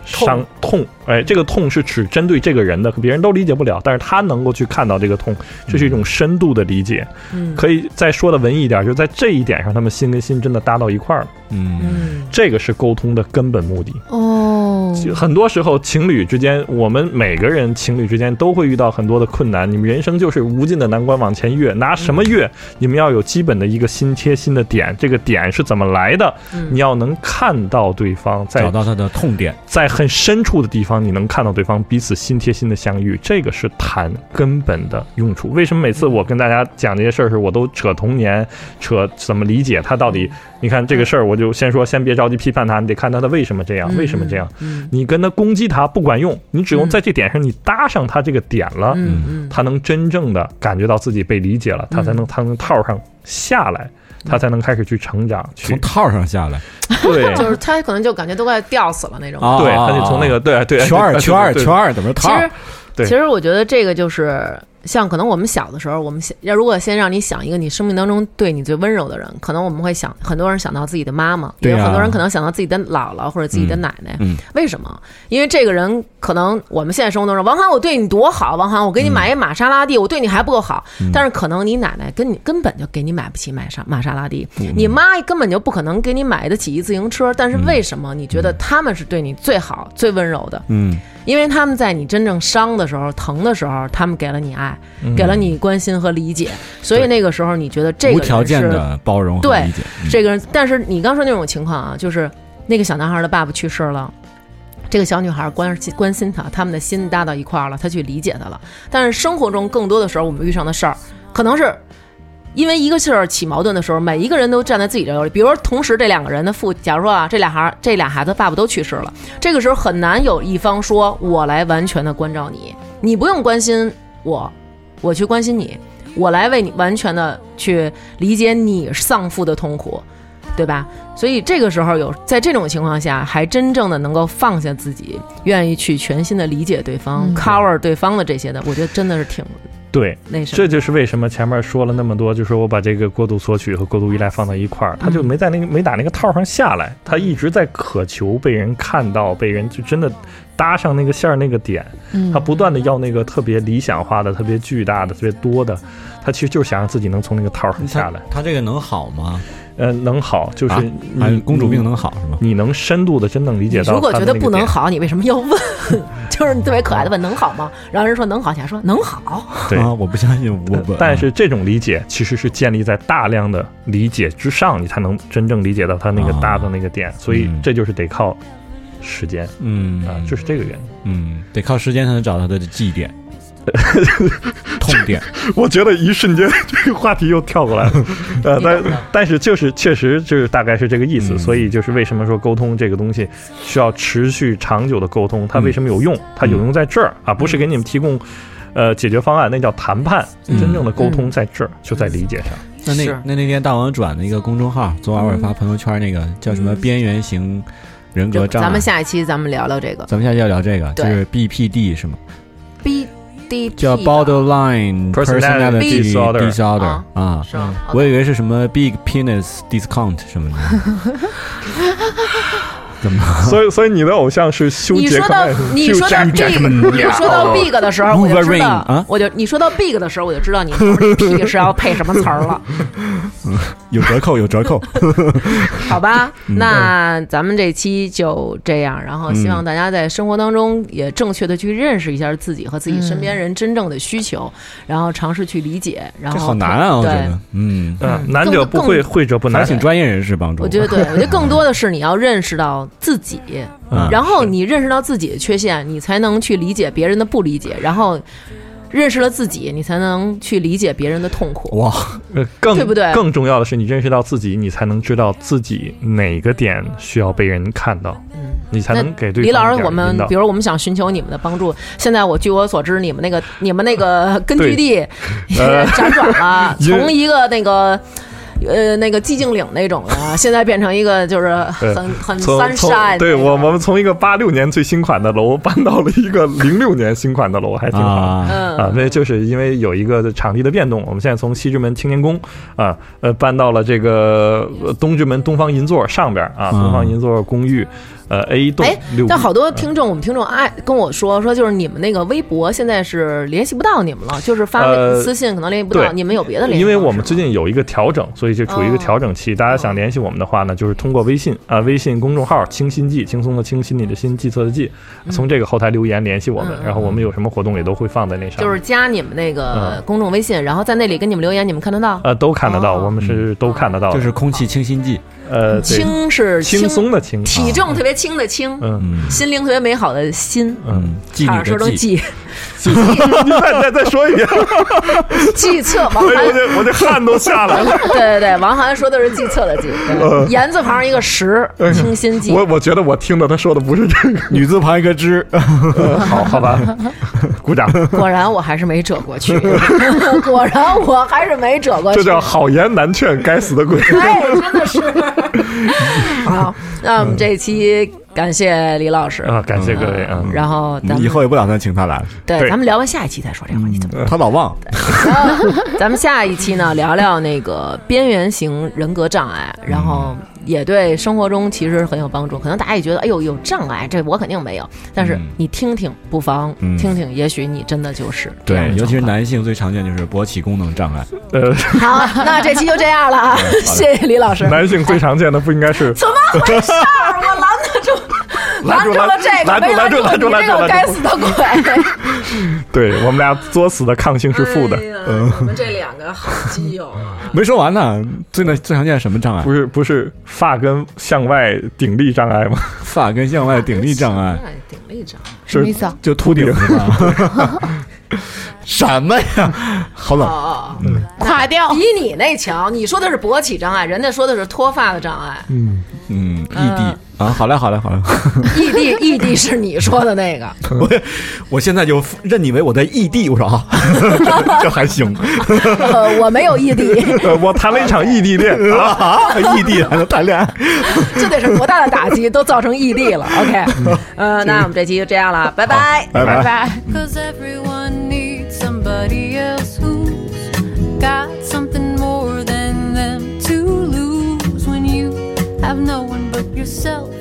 伤痛，哎，这个痛是只针对这个人的，别人都理解不了，但是她能够去看到这个嗯痛，这是一种深度的理解。嗯可以再说的文艺一点，就在这一点上，他们心跟心真的搭到一块儿了，嗯嗯这个是沟通的根本目的。哦，就很多时候，情侣之间，我们每个人情侣之间都会遇到很多的困难。你们人生就是无尽的难关往前越，拿什么越？嗯你们要有基本的一个心贴心的点，这个点是怎么来的？嗯你要能看到对方嗯找在到他的痛点，在很深处的地方，你能看到对方彼此心贴心的相遇，这个是谈根本的用处。为什么每次我跟大家讲这些事儿时，我都扯童年，扯怎么理解他到嗯底？你看这个事儿，我就先说，先别着急批判他，你得看他的为什么这样，为什么这样。嗯你跟他攻击他不管用，你只用在这点上你搭上他这个点了，嗯他能真正的感觉到自己被理解了，他才能他能套上下来，他才能开始去成长，去从套上下来，对嗯， 就是他可能就感觉都快吊死了那种。啊对，他就从那个对对圈儿对圈儿对对圈儿怎么其套？实，对其实我觉得这个就是像可能我们小的时候，我们想要如果先让你想一个你生命当中对你最温柔的人，可能我们会想很多人想到自己的妈妈，对也啊有很多人可能想到自己的姥姥或者自己的奶奶。嗯嗯为什么？因为这个人可能我们现在生活当中，王涵我对你多好，王涵我嗯给你买一玛莎拉蒂，我对你还不够好，但是可能你奶奶跟你根本就给你买不起买莎玛莎拉蒂，嗯你妈根本就不可能给你买得起一自行车。但是为什么你觉得他们是对你最好、最温柔的？嗯因为他们在你真正伤的时候、疼的时候，他们给了你爱，嗯给了你关心和理解，所以那个时候你觉得这个无人是条件的包容和对理解，嗯这个人。但是你刚说那种情况啊，就是那个小男孩的爸爸去世了。这个小女孩关心关心他，他们的心搭到一块儿了，他去理解他了。但是生活中更多的时候，我们遇上的事儿，可能是因为一个事儿起矛盾的时候，每一个人都站在自己这里。比如说，同时这两个人的父，假如说啊，这俩孩这俩孩子爸爸都去世了，这个时候很难有一方说我来完全的关照你，你不用关心我，我去关心你，我来为你完全的去理解你丧父的痛苦。对吧？所以这个时候有，在这种情况下，还真正的能够放下自己，愿意去全心的理解对方、嗯 cover 对方的这些的，我觉得真的是挺对。那什么。这就是为什么前面说了那么多，就是我把这个过度索取和过度依赖放到一块儿，他嗯就没在那个没打那个套上下来，他一直在渴求被人看到，被人就真的搭上那个线儿那个点，嗯他不断的要那个特别理想化的、特别巨大的、特别多的，他其实就是想让自己能从那个套上下来。他这个能好吗？呃，能好就是啊你、还有公主病能好是吗？你，你能深度的真正理解到。如果觉得不能，好，你为什么要问？ 就是你特别可爱的问能好吗？然后人说能好，你还说能好。对啊，我不相信，我不。啊呃但是这种理解其实是建立在大量的理解之上，你才能真正理解到他那个搭的那个点，所以啊嗯这就是得靠时间嗯啊，就是这个原因。嗯，得靠时间才能找到他的绩 点、痛点。我觉得一瞬间这个话题又跳过来 了，呃，但但是就是确实就是大概是这个意思，嗯所以就是为什么说沟通这个东西需要持续长久的沟通，它为什么有嗯用？它有用在这儿啊，不是给你们提供。呃，解决方案那叫谈判，嗯真正的沟通在嗯这儿，就在理解上。 那那是嗯那那天大王转的一个公众号，昨晚我也发朋友圈，那个叫什么“边缘型人格就障碍”。咱们下一期咱们聊聊这个咱们现在要聊这个，就对是 BPD 是吗？ B D 啊叫 Borderline Personality Personality Disorder Disorder 啊。是吧？我以为是什么 Big Penis Discount 什 么的，怎么所以，所以你的偶像是修嗯你杰说克到曼，你说到 big，你说哦到 big 的时候，我就知哦 Wolverine，道啊，我就你说到 big 的时候，我就知道你后面 P 是要配什么词儿了，有折扣？有折扣。好 吧？嗯那咱们这期就这样，然后希嗯望大家在生活当中也正确的去认识一下自己和自己身嗯边人真正的需求，然后尝试去理解，然这后好难啊，我觉对。得，嗯，嗯，难者不会，会者不还难是。请专业人士帮助。我觉得对，我觉得更多的是你要认识到自 己，啊嗯然后你认识到自己的缺陷，你才能去理解别人的不理解，然后认识了自己，你才能去理解别人的痛苦。哇，呃更对不对更重要的是，你认识到自己，你才能知道自己哪个点需要被人看到，你才能给对李方老一师，点我们引导比如我们想寻求你们的帮助，现在我据我所知，你们那 个你们那个根据地呃辗转了， 因为从一个那个。呃那个寂静岭那种的，现在变成一个就是 很很从 sunshine 从对那种我我们从一个八六年最新款的楼搬到了一个零六年新款的楼，还挺好。啊，啊，嗯那就是因为有一个场地的变动，我们现在从西直门青年宫啊，呃，搬到了这个呃东直门东方银座上边儿啊，嗯东方银座公寓，呃 A 栋哎六。啊但好多听众，我们听众爱跟我说说，就是你们那个微博现在是联系不到你们了，就是发呃私信可能联系不到，对你们有别的联系方式吗？哦因为我们最近有一个调整，所以就处于一个调整期。大家想联系我们的话呢，就是通过微信啊、微信公众号“清新记”，轻松的清，心里的心，计策的计，从这个后台留言联系我们嗯嗯，嗯然后我们有什么活动也都会放在那上面。就是加你们那嗯个公众微信，然后在那里给你们留言，你们看得到。呃，都看得到，哦我们嗯是都看得呃到的，就是空气清新剂，呃，对，轻是轻轻，松的轻，啊体重特别轻的轻，嗯嗯心灵特别美好的心。嗯，嗯，妓差点女说的成妓，计 你再再再说一遍，计策，王哎，我涵，这我这汗都 下来了。对对对，王涵说的是计策的计，对言字旁一个十，清新计。哎我我觉得我听着他说的不是这个，女字旁一个之，哦好好 吧，鼓掌，果然我还是没折过去， 果然我还是没折过去。这叫好言难劝，该死 的鬼。哎，真的是。好，那我们这一期感谢李老师，嗯嗯啊，感谢各位啊，然后咱们 以后也不打算请她来了，对对嗯咱们聊完下一期再说这个话题怎么她老忘。办。咱们下一期呢，聊聊那个边缘型人格障碍，然后嗯也对生活中其实很有帮助。可能大家也觉得，哎呦，有障碍，这我肯定没有。但是嗯你听听，不妨嗯听听，也许你真的就是这样对的，尤其是状况。男性最常见就是勃起功能障碍，呃，好，那这期就这样 嗯了啊，谢谢李老师。男性最常见的不应该 是怎么回事儿？我拦得住， 拦住住了这个，拦住没拦住你拦住这个拦住该死的鬼！对我们俩作死的抗性是负哎的，嗯，我们这两个好基友 啊！没说完呢。最呢最常见什么障碍？不是不是发根向外顶力障碍吗？发根向外顶力 障碍，，顶哎力障碍。什么意思啊？就秃顶 是吧？什么呀？好冷。哦，垮掉比你那强，你说的是勃起障碍，人家说的是脱发的障碍。嗯，异地啊，好嘞，好嘞，好嘞， 异地，异地是你说的那个。我我现在就认你为我在异地，我说啊， 这还行 呃，我没有异地， 呃，我谈了一场异地恋啊，啊，异地还能谈恋爱，这得是多大的打击，都造成异地了。OK，呃，嗯那我们这期就这样了，拜拜。拜拜。拜。 Cause everyone needs somebody else who's got something more than them to lose when you have no one but yourself